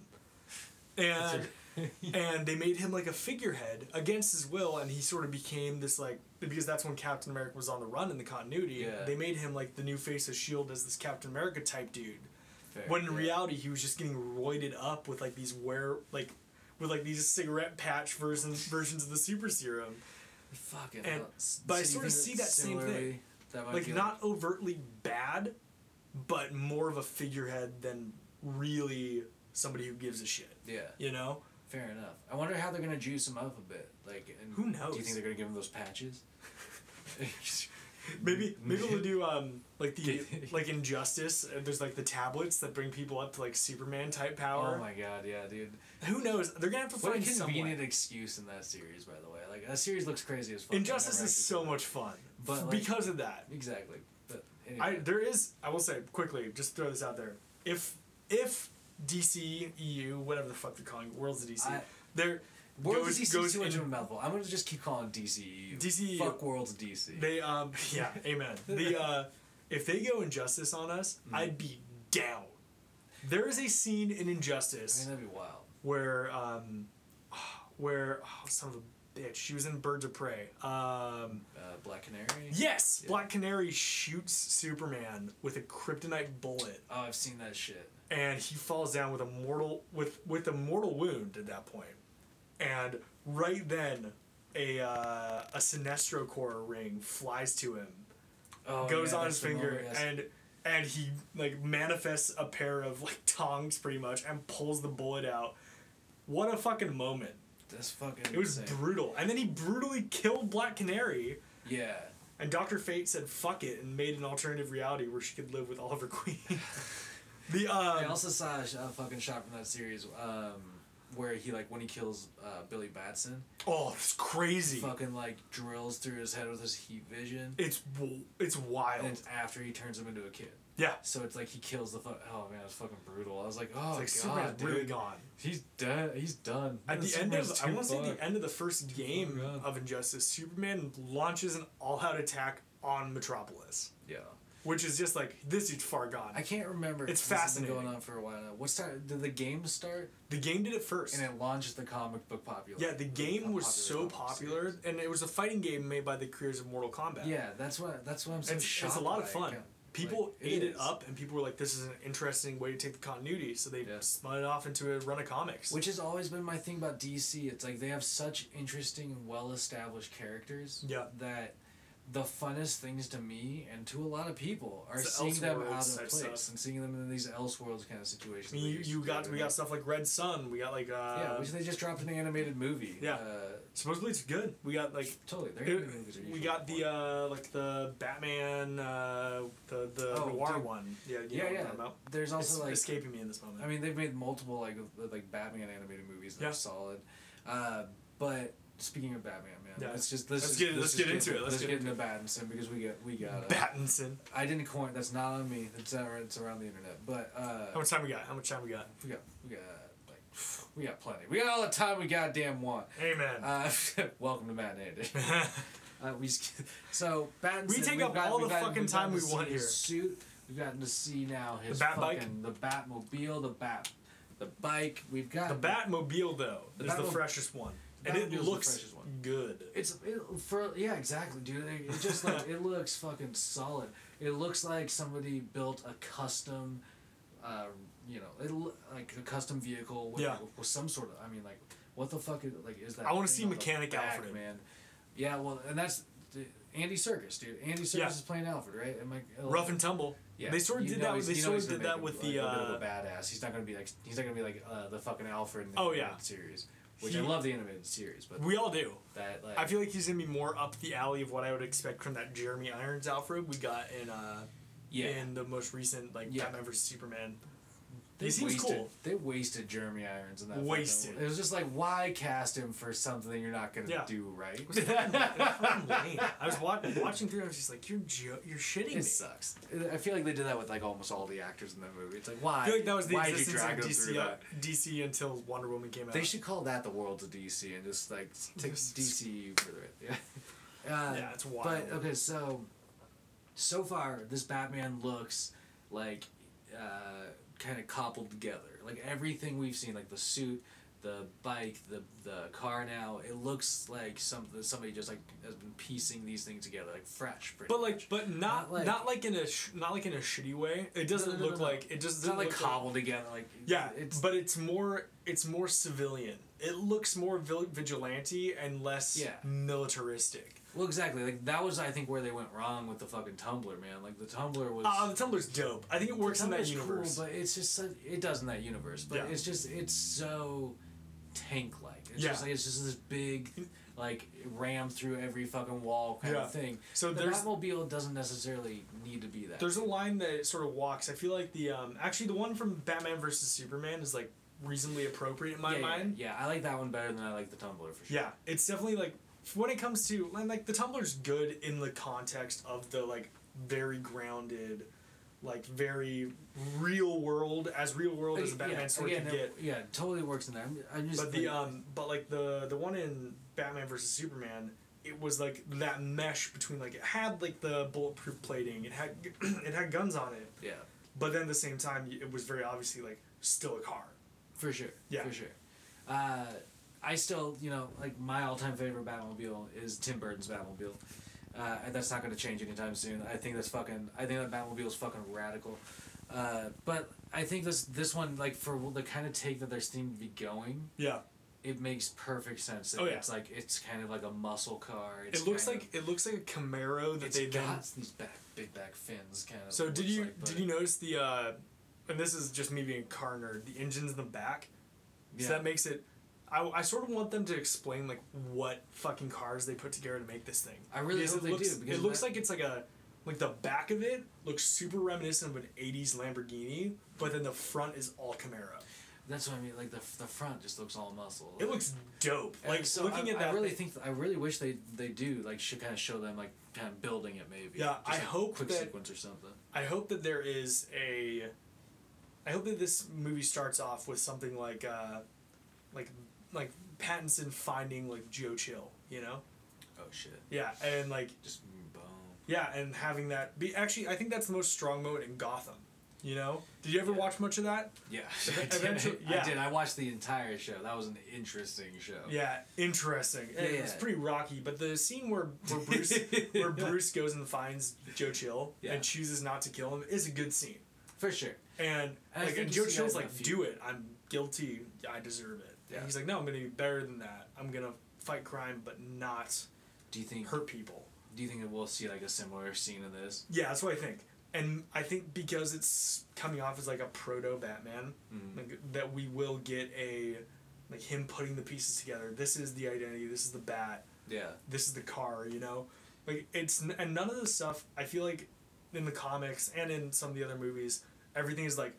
Speaker 3: and
Speaker 2: <laughs>
Speaker 3: and they made him like a figurehead against his will, and he sort of became this like because that's when Captain America was on the run in the continuity.
Speaker 2: Yeah.
Speaker 3: E They made him like the new face of Shield as this Captain America type dude,
Speaker 2: fair.
Speaker 3: When in
Speaker 2: yeah.
Speaker 3: reality, he was just getting roided up with like these wear like, with like these cigarette patch versions versions of the super serum.
Speaker 2: fucking,
Speaker 3: and-
Speaker 2: hell. S-
Speaker 3: but
Speaker 2: so
Speaker 3: I
Speaker 2: you
Speaker 3: sort of
Speaker 2: think
Speaker 3: see
Speaker 2: that
Speaker 3: that same thing.
Speaker 2: similarly, That might
Speaker 3: like
Speaker 2: be
Speaker 3: not overtly bad, but more of a figurehead than really somebody who gives a shit.
Speaker 2: yeah,
Speaker 3: You know?
Speaker 2: fair enough. I wonder how they're gonna juice him up a bit. Like, and
Speaker 3: Who
Speaker 2: Do you
Speaker 3: knows?
Speaker 2: think they're gonna give him those patches?
Speaker 3: Maybe
Speaker 2: Mm-hmm.
Speaker 3: maybe we'll do um like the
Speaker 2: <laughs> Get-
Speaker 3: like injustice. uh, There's like the tablets that bring people up to like Superman type
Speaker 2: Oh
Speaker 3: <laughs> power.
Speaker 2: my god, yeah, dude.
Speaker 3: Who knows? They're gonna have to
Speaker 2: What a
Speaker 3: find
Speaker 2: convenient
Speaker 3: someone.
Speaker 2: excuse in that series, by the way. Like that series looks crazy as fuck. I
Speaker 3: Injustice
Speaker 2: never
Speaker 3: is
Speaker 2: actually
Speaker 3: so
Speaker 2: saw
Speaker 3: much fun,
Speaker 2: But,
Speaker 3: f-
Speaker 2: like-
Speaker 3: because of that.
Speaker 2: it. Exactly. But anyway,
Speaker 3: I there is I will say quickly, just throw this out there. If if DC EU whatever the fuck they're calling it, worlds of DC,
Speaker 2: I-
Speaker 3: they're
Speaker 2: Worlds
Speaker 3: goes-
Speaker 2: of DC
Speaker 3: goes
Speaker 2: is too much
Speaker 3: in-
Speaker 2: of a mouthful. I'm gonna just keep calling DCEU.
Speaker 3: DCEU.
Speaker 2: Fuck Worlds DC.
Speaker 3: They um yeah, amen. The uh if they go injustice on us, I'd be down. There is a scene in
Speaker 2: I mean
Speaker 3: Injustice
Speaker 2: that'd be wild.
Speaker 3: where um where oh son of a bitch, she was in Birds of Prey. Um
Speaker 2: Uh, Black Canary.
Speaker 3: yes,
Speaker 2: Yeah.
Speaker 3: Black Canary shoots Superman with a kryptonite bullet
Speaker 2: Oh, I've seen that shit.
Speaker 3: and he falls down with a mortal with with a mortal wound at that point. And right then a uh, a Sinestro core ring flies to him
Speaker 2: Oh,
Speaker 3: goes
Speaker 2: yeah,
Speaker 3: on
Speaker 2: that's
Speaker 3: his
Speaker 2: the
Speaker 3: finger
Speaker 2: moment, yes.
Speaker 3: and and he like manifests a pair of like tongs pretty much and pulls the bullet out. What a fucking moment.
Speaker 2: that's fucking.
Speaker 3: It was
Speaker 2: insane.
Speaker 3: brutal. And then he brutally killed Black Canary
Speaker 2: yeah.
Speaker 3: and Dr. Fate said fuck it and made an alternative reality where she could live with <laughs>
Speaker 2: <laughs>
Speaker 3: Oliver Queen. the
Speaker 2: I
Speaker 3: um
Speaker 2: also saw a, sh- a fucking shot from that series um, where he like when he kills uh, Billy Batson,
Speaker 3: oh, it's crazy.
Speaker 2: fucking like drills through his head with his heat vision,
Speaker 3: It's w- it's
Speaker 2: and
Speaker 3: wild.
Speaker 2: it's after he turns him into a kid.
Speaker 3: Yeah.
Speaker 2: So it's like he kills the fuck. Oh man, it's fucking brutal. I was like, oh
Speaker 3: It's like
Speaker 2: god,
Speaker 3: Superman's
Speaker 2: dude,
Speaker 3: really gone.
Speaker 2: he's dead. He's done.
Speaker 3: At the end
Speaker 2: Superman's
Speaker 3: of, I
Speaker 2: too
Speaker 3: want to say at
Speaker 2: fucked.
Speaker 3: the end of the first game
Speaker 2: God.
Speaker 3: of Injustice, Superman launches an all-out attack on Metropolis,
Speaker 2: Yeah,
Speaker 3: which is just like this dude's far gone.
Speaker 2: I can't remember.
Speaker 3: It's
Speaker 2: 'cause this has been
Speaker 3: fascinating.
Speaker 2: going on for a while now. What's that? Did the game start
Speaker 3: the game did it first.
Speaker 2: and it launches the comic book popular?
Speaker 3: yeah, the game was so
Speaker 2: popular comic
Speaker 3: popular,
Speaker 2: series.
Speaker 3: and it was a fighting game made by the creators of Mortal Kombat.
Speaker 2: Yeah, that's what that's what I'm
Speaker 3: And
Speaker 2: saying.
Speaker 3: it's, it's a lot of fun. People ate it up, and people were like, "This is an interesting way to take the continuity," so they
Speaker 2: Yeah.
Speaker 3: spun it off into a run of comics.
Speaker 2: Which has always been my thing about DC. It's like they have such interesting and well established characters
Speaker 3: Yeah.
Speaker 2: that the funnest things to me and to a lot of people are
Speaker 3: It's the
Speaker 2: seeing them
Speaker 3: Elseworlds
Speaker 2: out of
Speaker 3: type
Speaker 2: place
Speaker 3: stuff.
Speaker 2: and seeing them in these Elseworlds kind of situations.
Speaker 3: I mean,
Speaker 2: that
Speaker 3: you,
Speaker 2: used
Speaker 3: you
Speaker 2: to
Speaker 3: got
Speaker 2: do,
Speaker 3: we
Speaker 2: and
Speaker 3: got stuff like Red Sun. We got like uh,
Speaker 2: Yeah, which they just dropped an animated movie.
Speaker 3: Yeah.
Speaker 2: Uh,
Speaker 3: supposedly it's good. We got like
Speaker 2: totally. Their
Speaker 3: It-
Speaker 2: animated movies are
Speaker 3: we
Speaker 2: usually
Speaker 3: got the
Speaker 2: fun.
Speaker 3: uh, like the Batman, uh, the the
Speaker 2: Oh,
Speaker 3: noir
Speaker 2: dude.
Speaker 3: one. Yeah, you know
Speaker 2: yeah,
Speaker 3: what I'm
Speaker 2: yeah.
Speaker 3: talking about.
Speaker 2: There's also
Speaker 3: It's
Speaker 2: like
Speaker 3: escaping me in this moment.
Speaker 2: I mean, they've made multiple like with- like Batman animated movies that
Speaker 3: Yeah.
Speaker 2: are solid. Uh, but speaking of Batman, man,
Speaker 3: Yeah.
Speaker 2: let's just let's,
Speaker 3: Let's
Speaker 2: just-
Speaker 3: get- let's
Speaker 2: just
Speaker 3: get into it.
Speaker 2: Let's,
Speaker 3: Let's
Speaker 2: get,
Speaker 3: get
Speaker 2: into Battinson because we got we got. Uh,
Speaker 3: Pattinson.
Speaker 2: I didn't coin. That's not on me. It's uh, it's around the internet. But
Speaker 3: How
Speaker 2: uh,
Speaker 3: much time we got? How much time we got?
Speaker 2: we got we got like we got plenty. We got all the time we goddamn want.
Speaker 3: Amen.
Speaker 2: Uh, <laughs> welcome to Matinee Edition.
Speaker 3: <laughs>
Speaker 2: Uh, we s- <laughs> so Pattinson.
Speaker 3: We take
Speaker 2: we've
Speaker 3: up
Speaker 2: got-
Speaker 3: all
Speaker 2: we've
Speaker 3: the
Speaker 2: gotten-
Speaker 3: fucking
Speaker 2: we've gotten
Speaker 3: time
Speaker 2: to
Speaker 3: we want
Speaker 2: see his
Speaker 3: here.
Speaker 2: Suit. We've gotten to see now his
Speaker 3: Bat bike.
Speaker 2: fucking the Batmobile, the Bat, the bike. We've got
Speaker 3: the Batmobile though
Speaker 2: The
Speaker 3: is the
Speaker 2: Batmo-
Speaker 3: freshest one,
Speaker 2: The
Speaker 3: and it
Speaker 2: Batmobile's the
Speaker 3: looks
Speaker 2: freshest one.
Speaker 3: good.
Speaker 2: It's it, for yeah exactly dude. It, it just like
Speaker 3: <laughs>
Speaker 2: it looks fucking solid. It looks like somebody built a custom, uh, you know, it lo- like a custom vehicle with,
Speaker 3: Yeah.
Speaker 2: with some sort of. I mean, like what the fuck is like is that?
Speaker 3: I wanna
Speaker 2: thing
Speaker 3: see
Speaker 2: on the
Speaker 3: Mechanic
Speaker 2: back,
Speaker 3: Alfred.
Speaker 2: man. Yeah, well, and that's dude, Andy Circus, dude. Andy Circus
Speaker 3: Yeah.
Speaker 2: is playing Alfred, right? Am I,
Speaker 3: Rough and tumble.
Speaker 2: yeah,
Speaker 3: They sort of
Speaker 2: you
Speaker 3: did
Speaker 2: know
Speaker 3: that.
Speaker 2: he's-
Speaker 3: They
Speaker 2: you know
Speaker 3: sort
Speaker 2: he's
Speaker 3: of
Speaker 2: gonna
Speaker 3: did that
Speaker 2: make
Speaker 3: with
Speaker 2: him,
Speaker 3: the.
Speaker 2: like, a bit
Speaker 3: Uh,
Speaker 2: of a badass. He's not gonna be like he's not gonna be like uh, the fucking Alfred in the
Speaker 3: Oh, yeah.
Speaker 2: animated series, which I
Speaker 3: He-
Speaker 2: love the animated series, but
Speaker 3: we all do.
Speaker 2: that like
Speaker 3: I feel like he's gonna be more up the alley of what I would expect from that Jeremy Irons Alfred we got in uh
Speaker 2: yeah
Speaker 3: in the most recent like
Speaker 2: Yeah.
Speaker 3: Batman vs Superman.
Speaker 2: they
Speaker 3: he seems
Speaker 2: wasted,
Speaker 3: cool.
Speaker 2: They wasted Jeremy Irons in that. fucking-
Speaker 3: Wasted.
Speaker 2: it was just like why cast him for something you're not gonna
Speaker 3: Yeah.
Speaker 2: do right?
Speaker 3: I'm lame. I was wa- watching through. and I was just like, "You're jo- you're shitting
Speaker 2: It
Speaker 3: me."
Speaker 2: sucks. I feel like they did that with like almost all the actors in that movie. It's like why?
Speaker 3: I feel like that was the
Speaker 2: why
Speaker 3: existence
Speaker 2: did you drag
Speaker 3: of
Speaker 2: them through
Speaker 3: DC,
Speaker 2: that?
Speaker 3: DC until Wonder Woman came out.
Speaker 2: They should call that the world of DC and just like take
Speaker 3: Just-
Speaker 2: DCU for it. <laughs> Yeah. Uh,
Speaker 3: Yeah, it's wild.
Speaker 2: But okay, so so far this Batman looks like uh, kind of cobbled together. Like everything we've seen, like the suit, the the bike, the the car now. It looks like something somebody just like has been piecing these things together, like fresh. pretty
Speaker 3: But
Speaker 2: much.
Speaker 3: like, but not
Speaker 2: Not like-
Speaker 3: not like in a sh- not like in a shitty way. It doesn't
Speaker 2: no, no,
Speaker 3: look
Speaker 2: no.
Speaker 3: like it just
Speaker 2: it's not
Speaker 3: doesn't
Speaker 2: like
Speaker 3: look
Speaker 2: cobbled together. Like
Speaker 3: Yeah,
Speaker 2: it's
Speaker 3: but it's more it's more civilian. It looks more vil- vigilante and less
Speaker 2: Yeah.
Speaker 3: militaristic.
Speaker 2: well exactly like that was I think where they went wrong with the fucking Tumblr man. Like the Tumblr was.
Speaker 3: Uh, the Tumblr's dope. I think it works in that
Speaker 2: Tumblr's
Speaker 3: universe.
Speaker 2: Cool, but it's just such, it does in that universe. But
Speaker 3: Yeah.
Speaker 2: it's just it's so tank like. It's
Speaker 3: Yeah.
Speaker 2: just like it's just this big like ram through every fucking wall kind
Speaker 3: Yeah.
Speaker 2: of thing.
Speaker 3: So
Speaker 2: the
Speaker 3: there's-
Speaker 2: Batmobile doesn't necessarily need to be that.
Speaker 3: There's a line that it sort of walks. I feel like the um actually the one from Batman versus Superman is like reasonably appropriate in my
Speaker 2: yeah, yeah,
Speaker 3: mind.
Speaker 2: Yeah, I like that one better than I like the Tumblr for sure.
Speaker 3: Yeah, it's definitely like when it comes to and like the Tumblr's good in the context of the like very grounded, like very real world as real world as a
Speaker 2: Like,
Speaker 3: Batman
Speaker 2: yeah,
Speaker 3: story
Speaker 2: again,
Speaker 3: can
Speaker 2: it-
Speaker 3: get.
Speaker 2: Yeah, it totally works in there. I'm, I'm just
Speaker 3: But the
Speaker 2: like-
Speaker 3: um, but like the the one in Batman versus Superman, it was like that mesh between like it had like the bulletproof plating, it had <clears throat> it had guns on it,
Speaker 2: yeah,
Speaker 3: but then at the same time it was very obviously like still a car.
Speaker 2: for sure.
Speaker 3: Yeah.
Speaker 2: for sure. Uh, I still, you know, like my all-time favorite Batmobile is Tim Burton's Batmobile. Uh, and that's not going to change anytime soon. I think that's fucking. I think that Batmobile is fucking radical. Uh, but I think this this one, like for the kind of take that they seem to be going,
Speaker 3: Yeah,
Speaker 2: it makes perfect sense. that
Speaker 3: Oh, yeah.
Speaker 2: It's like it's kind of like a muscle car. It's
Speaker 3: it looks
Speaker 2: kind
Speaker 3: like
Speaker 2: of,
Speaker 3: it looks like a Camaro that
Speaker 2: it's
Speaker 3: they
Speaker 2: got
Speaker 3: then
Speaker 2: these back big back fins kind of.
Speaker 3: So did
Speaker 2: looks
Speaker 3: you
Speaker 2: like, but-
Speaker 3: did you notice the uh, and this is just me being a car nerd, the engines in the back.
Speaker 2: Yeah.
Speaker 3: So that makes it I, I sort of want them to explain like what fucking cars they put together to make this thing.
Speaker 2: I really hope
Speaker 3: it
Speaker 2: they
Speaker 3: looks,
Speaker 2: do, because
Speaker 3: it looks
Speaker 2: that-
Speaker 3: like it's like a like the back of it looks super reminiscent of an 80s Lamborghini, but then the front is all Camaro.
Speaker 2: That's what I mean. Like the the front just looks all muscle.
Speaker 3: It
Speaker 2: Like-
Speaker 3: looks dope.
Speaker 2: And
Speaker 3: Like
Speaker 2: so
Speaker 3: looking
Speaker 2: I,
Speaker 3: at that
Speaker 2: I really think I really wish they they do like should kind of show them like kind of building it maybe.
Speaker 3: Yeah, I
Speaker 2: like,
Speaker 3: hope
Speaker 2: quick
Speaker 3: that-
Speaker 2: sequence or something.
Speaker 3: I hope that there is a. I hope that this movie starts off with something like, uh, like, like Pattinson finding like Joe Chill, you know?
Speaker 2: Oh shit!
Speaker 3: Yeah, and like
Speaker 2: Just boom.
Speaker 3: yeah, and having that be actually, I think that's the most strong moment in Gotham. You know? Did you ever watch much of that?
Speaker 2: Yeah, <laughs> I
Speaker 3: Ev-
Speaker 2: did.
Speaker 3: eventually-
Speaker 2: I
Speaker 3: yeah.
Speaker 2: did. I watched the entire show. That was an interesting show.
Speaker 3: Yeah, interesting. And It's
Speaker 2: Yeah.
Speaker 3: pretty rocky, but the scene where where Bruce
Speaker 2: <laughs>
Speaker 3: where Bruce goes and finds Joe Chill
Speaker 2: Yeah.
Speaker 3: and chooses not to kill him is a good scene.
Speaker 2: for sure.
Speaker 3: And
Speaker 2: And I
Speaker 3: like,
Speaker 2: think
Speaker 3: and
Speaker 2: you
Speaker 3: Joe
Speaker 2: see that
Speaker 3: Chill's
Speaker 2: in a
Speaker 3: like,
Speaker 2: few-
Speaker 3: do it. I'm guilty. I deserve it.
Speaker 2: Yeah.
Speaker 3: And he's like, no, I'm gonna be better than that. I'm gonna fight crime, but not
Speaker 2: Do you think?
Speaker 3: hurt people.
Speaker 2: Do you think that we'll see like a similar scene in this?
Speaker 3: Yeah, that's what I think. And I think because it's coming off as like a proto Batman,
Speaker 2: Mm-hmm.
Speaker 3: like, that we will get a like him putting the pieces together. This is the identity. This is the bat.
Speaker 2: Yeah.
Speaker 3: This is the car. You know, like it's n- and none of this stuff. I feel like in the comics and in some of the other movies, everything is like.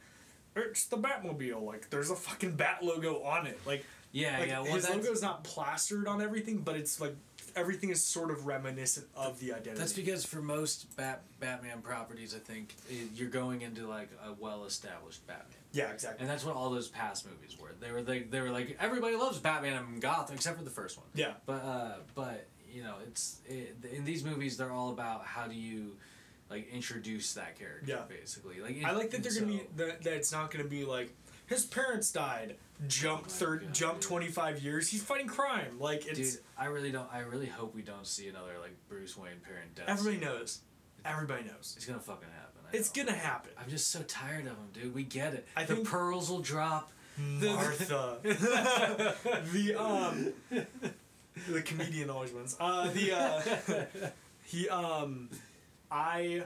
Speaker 3: It's the Batmobile. Like, there's a fucking bat logo on it. Like,
Speaker 2: Yeah,
Speaker 3: like
Speaker 2: yeah. Well,
Speaker 3: his
Speaker 2: that's,
Speaker 3: logo's not plastered on everything, but it's like everything is sort of reminiscent of the identity.
Speaker 2: That's because for most Bat- Batman properties, I think i- you're going into like a well-established Batman,
Speaker 3: yeah, exactly.
Speaker 2: and that's what all those past movies were. They were like they were like everybody loves Batman and Gotham except for the first one.
Speaker 3: Yeah.
Speaker 2: But uh, but you know, it's it, in these movies they're all about how do you like introduce that character
Speaker 3: Yeah.
Speaker 2: basically. Like
Speaker 3: I like that they're gonna be
Speaker 2: so-
Speaker 3: that, that it's not gonna be like his parents died.
Speaker 2: Oh
Speaker 3: Jump
Speaker 2: my
Speaker 3: third,
Speaker 2: God,
Speaker 3: jump
Speaker 2: dude.
Speaker 3: twenty five years. He's fighting crime. Like it's
Speaker 2: Dude, I really don't. I really hope we don't see another like Bruce Wayne parent death.
Speaker 3: everybody knows. Everybody knows.
Speaker 2: It's gonna fucking happen. I
Speaker 3: It's
Speaker 2: know.
Speaker 3: gonna happen.
Speaker 2: I'm just so tired of him, dude. We get it.
Speaker 3: I
Speaker 2: the
Speaker 3: think-
Speaker 2: pearls will drop. The-
Speaker 3: Martha, <laughs> the um, the comedian always wins. Uh, the uh, <laughs> he um, I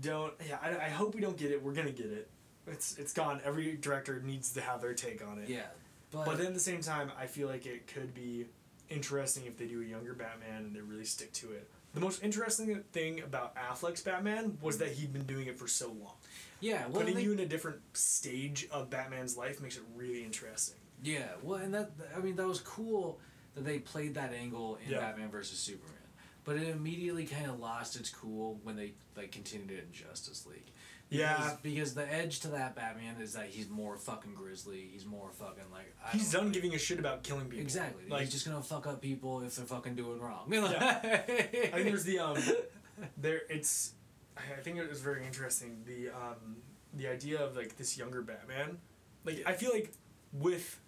Speaker 3: don't. Yeah, I, I hope we don't get it. We're gonna get it. It's it's gone. Every director needs to have their take on it.
Speaker 2: Yeah, but,
Speaker 3: But then at the same time, I feel like it could be interesting if they do a younger Batman and they really stick to it. The most interesting thing about Affleck's Batman was that he'd been doing it for so long.
Speaker 2: yeah, well,
Speaker 3: Putting
Speaker 2: they-
Speaker 3: you in a different stage of Batman's life makes it really interesting.
Speaker 2: yeah, well, and that I mean that was cool that they played that angle in
Speaker 3: Yeah.
Speaker 2: Batman versus Superman, but it immediately kind of lost its cool when they like continued it in Justice League.
Speaker 3: Yeah.
Speaker 2: Because- because the edge to that Batman is that he's more fucking grisly. He's more fucking like I
Speaker 3: He's
Speaker 2: don't-
Speaker 3: done giving a shit about killing people.
Speaker 2: Exactly,
Speaker 3: Like,
Speaker 2: he's just gonna fuck up people if they're fucking doing wrong. <laughs>
Speaker 3: I think there's the um, there it's, I I think it was very interesting the um, the idea of like this younger Batman, like I feel like with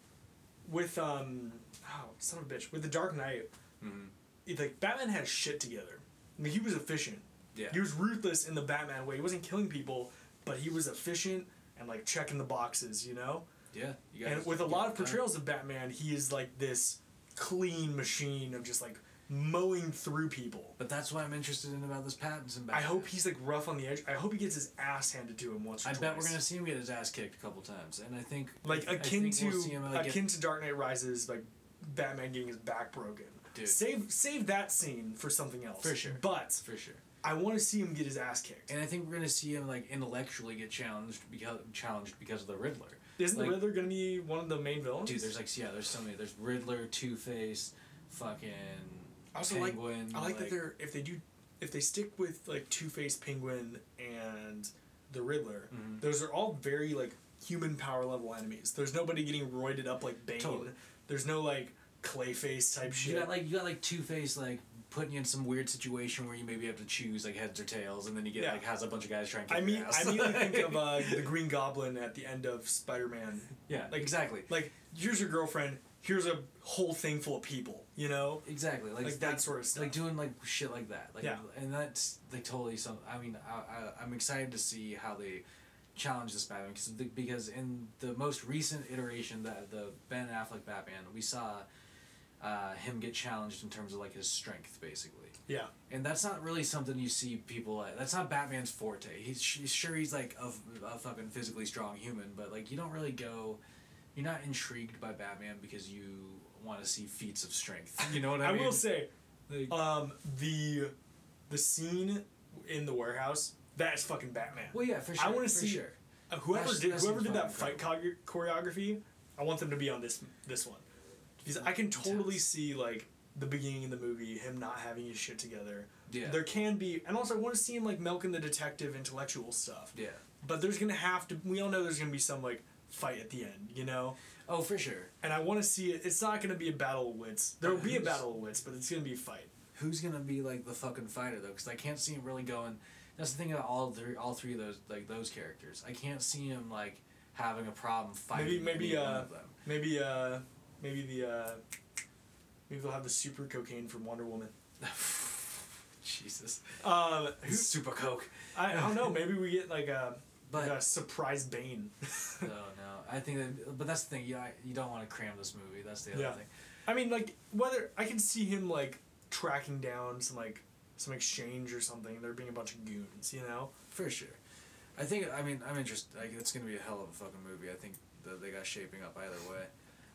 Speaker 3: with um oh son of a bitch with the Dark Knight,
Speaker 2: Mhm.
Speaker 3: it- like Batman had his shit together. I mean, he was efficient.
Speaker 2: Yeah.
Speaker 3: He was ruthless in the Batman way. He wasn't killing people, but he was efficient and like checking the boxes, you know.
Speaker 2: yeah. You
Speaker 3: And
Speaker 2: guys-
Speaker 3: with a lot of
Speaker 2: yeah.
Speaker 3: portrayals of Batman, he is like this clean machine of just like mowing through people.
Speaker 2: But that's what I'm interested in about this Pattinson.
Speaker 3: I
Speaker 2: Batman.
Speaker 3: hope he's like rough on the edge. I hope he gets his ass handed to him once or
Speaker 2: I
Speaker 3: twice.
Speaker 2: bet we're gonna see him get his ass kicked a couple times, and I think
Speaker 3: like
Speaker 2: I
Speaker 3: akin
Speaker 2: think
Speaker 3: to
Speaker 2: we'll see him, uh, get-
Speaker 3: akin to Dark Knight Rises, like Batman getting his back broken.
Speaker 2: Dude.
Speaker 3: Save save that scene for something else.
Speaker 2: For sure.
Speaker 3: But
Speaker 2: for sure.
Speaker 3: I want to see him get his ass kicked.
Speaker 2: And I think we're gonna see him like intellectually get challenged because challenged because of the Riddler.
Speaker 3: Isn't
Speaker 2: like-
Speaker 3: the Riddler gonna be one of the main villains?
Speaker 2: Dude, there's like yeah, there's so many. There's Riddler, Two Face, fucking
Speaker 3: I also like
Speaker 2: Penguin.
Speaker 3: I like that they're if they do if they stick with like Two Face, Penguin, and the Riddler.
Speaker 2: Mm-hmm.
Speaker 3: Those are all very like human power level enemies. There's nobody getting roided up like Bane.
Speaker 2: Totally.
Speaker 3: There's no like Clayface type
Speaker 2: you
Speaker 3: shit.
Speaker 2: got like you got like Two Face like putting you in some weird situation where you maybe have to choose like heads or tails, and then you get
Speaker 3: Yeah.
Speaker 2: like has a bunch of guys trying to.
Speaker 3: I
Speaker 2: kick
Speaker 3: mean,
Speaker 2: your ass.
Speaker 3: I mean, I think
Speaker 2: <laughs>
Speaker 3: of uh, the Green Goblin at the end of Spider Man.
Speaker 2: yeah,
Speaker 3: like-
Speaker 2: exactly,
Speaker 3: Like, here's your girlfriend. Here's a whole thing full of people. You know,
Speaker 2: exactly, like,
Speaker 3: like that sort of stuff.
Speaker 2: like doing like shit like that like
Speaker 3: Yeah.
Speaker 2: and that's like totally some i mean I, I i'm excited to see how they challenge this batman because because in the most recent iteration that the ben affleck batman we saw uh, him get challenged in terms of like his strength basically
Speaker 3: yeah,
Speaker 2: and that's not really something you see people like that's not batman's forte he's sh- sure he's like a, a fucking physically strong human but like you don't really go you're not intrigued by batman because you want to see feats of strength <laughs> you know what i,
Speaker 3: I,
Speaker 2: mean
Speaker 3: will say,
Speaker 2: Like-
Speaker 3: um, the the scene in the warehouse. That's fucking Batman.
Speaker 2: Well, yeah, for
Speaker 3: I
Speaker 2: sure.
Speaker 3: wanna
Speaker 2: for
Speaker 3: see-
Speaker 2: Sure.
Speaker 3: Uh, whoever
Speaker 2: That's-
Speaker 3: did
Speaker 2: that
Speaker 3: whoever
Speaker 2: seems
Speaker 3: did that
Speaker 2: fucking
Speaker 3: fight chore- choreography, I want them to be on this this one. Because I can totally
Speaker 2: Intense.
Speaker 3: see like the beginning of the movie, him not having his shit together.
Speaker 2: Yeah.
Speaker 3: There can be, and also I want to see him like milking the detective intellectual stuff.
Speaker 2: Yeah.
Speaker 3: But there's gonna have to. We all know there's gonna be some like fight at the end, you know.
Speaker 2: Oh, for sure.
Speaker 3: And I want to see it. It's not gonna be a battle of wits. There will be a
Speaker 2: Who's-
Speaker 3: battle of wits, but it's gonna be a fight.
Speaker 2: Who's gonna be like the fucking fighter though? Because I can't see him really going. That's the thing about all three, all three of those like those characters. I can't see him like having a problem fighting.
Speaker 3: Maybe- maybe,
Speaker 2: any one
Speaker 3: uh,
Speaker 2: of them. <laughs>
Speaker 3: Maybe uh, maybe the uh, maybe they'll have the super cocaine from Wonder Woman.
Speaker 2: Jesus.
Speaker 3: Um, who,
Speaker 2: Super Coke.
Speaker 3: I, I don't know. Maybe we get like a
Speaker 2: But
Speaker 3: like a surprise Bane. <laughs>
Speaker 2: oh no, I think that. But that's the thing. You I, you don't want to cram this movie. That's the other
Speaker 3: Yeah.
Speaker 2: thing.
Speaker 3: I mean, like whether I can see him like tracking down some like some exchange or something. There being a bunch of goons, you know.
Speaker 2: For sure. I think I mean I'm interested. Like, it's gonna be a hell of a fucking movie. I think that they got shaping up either way.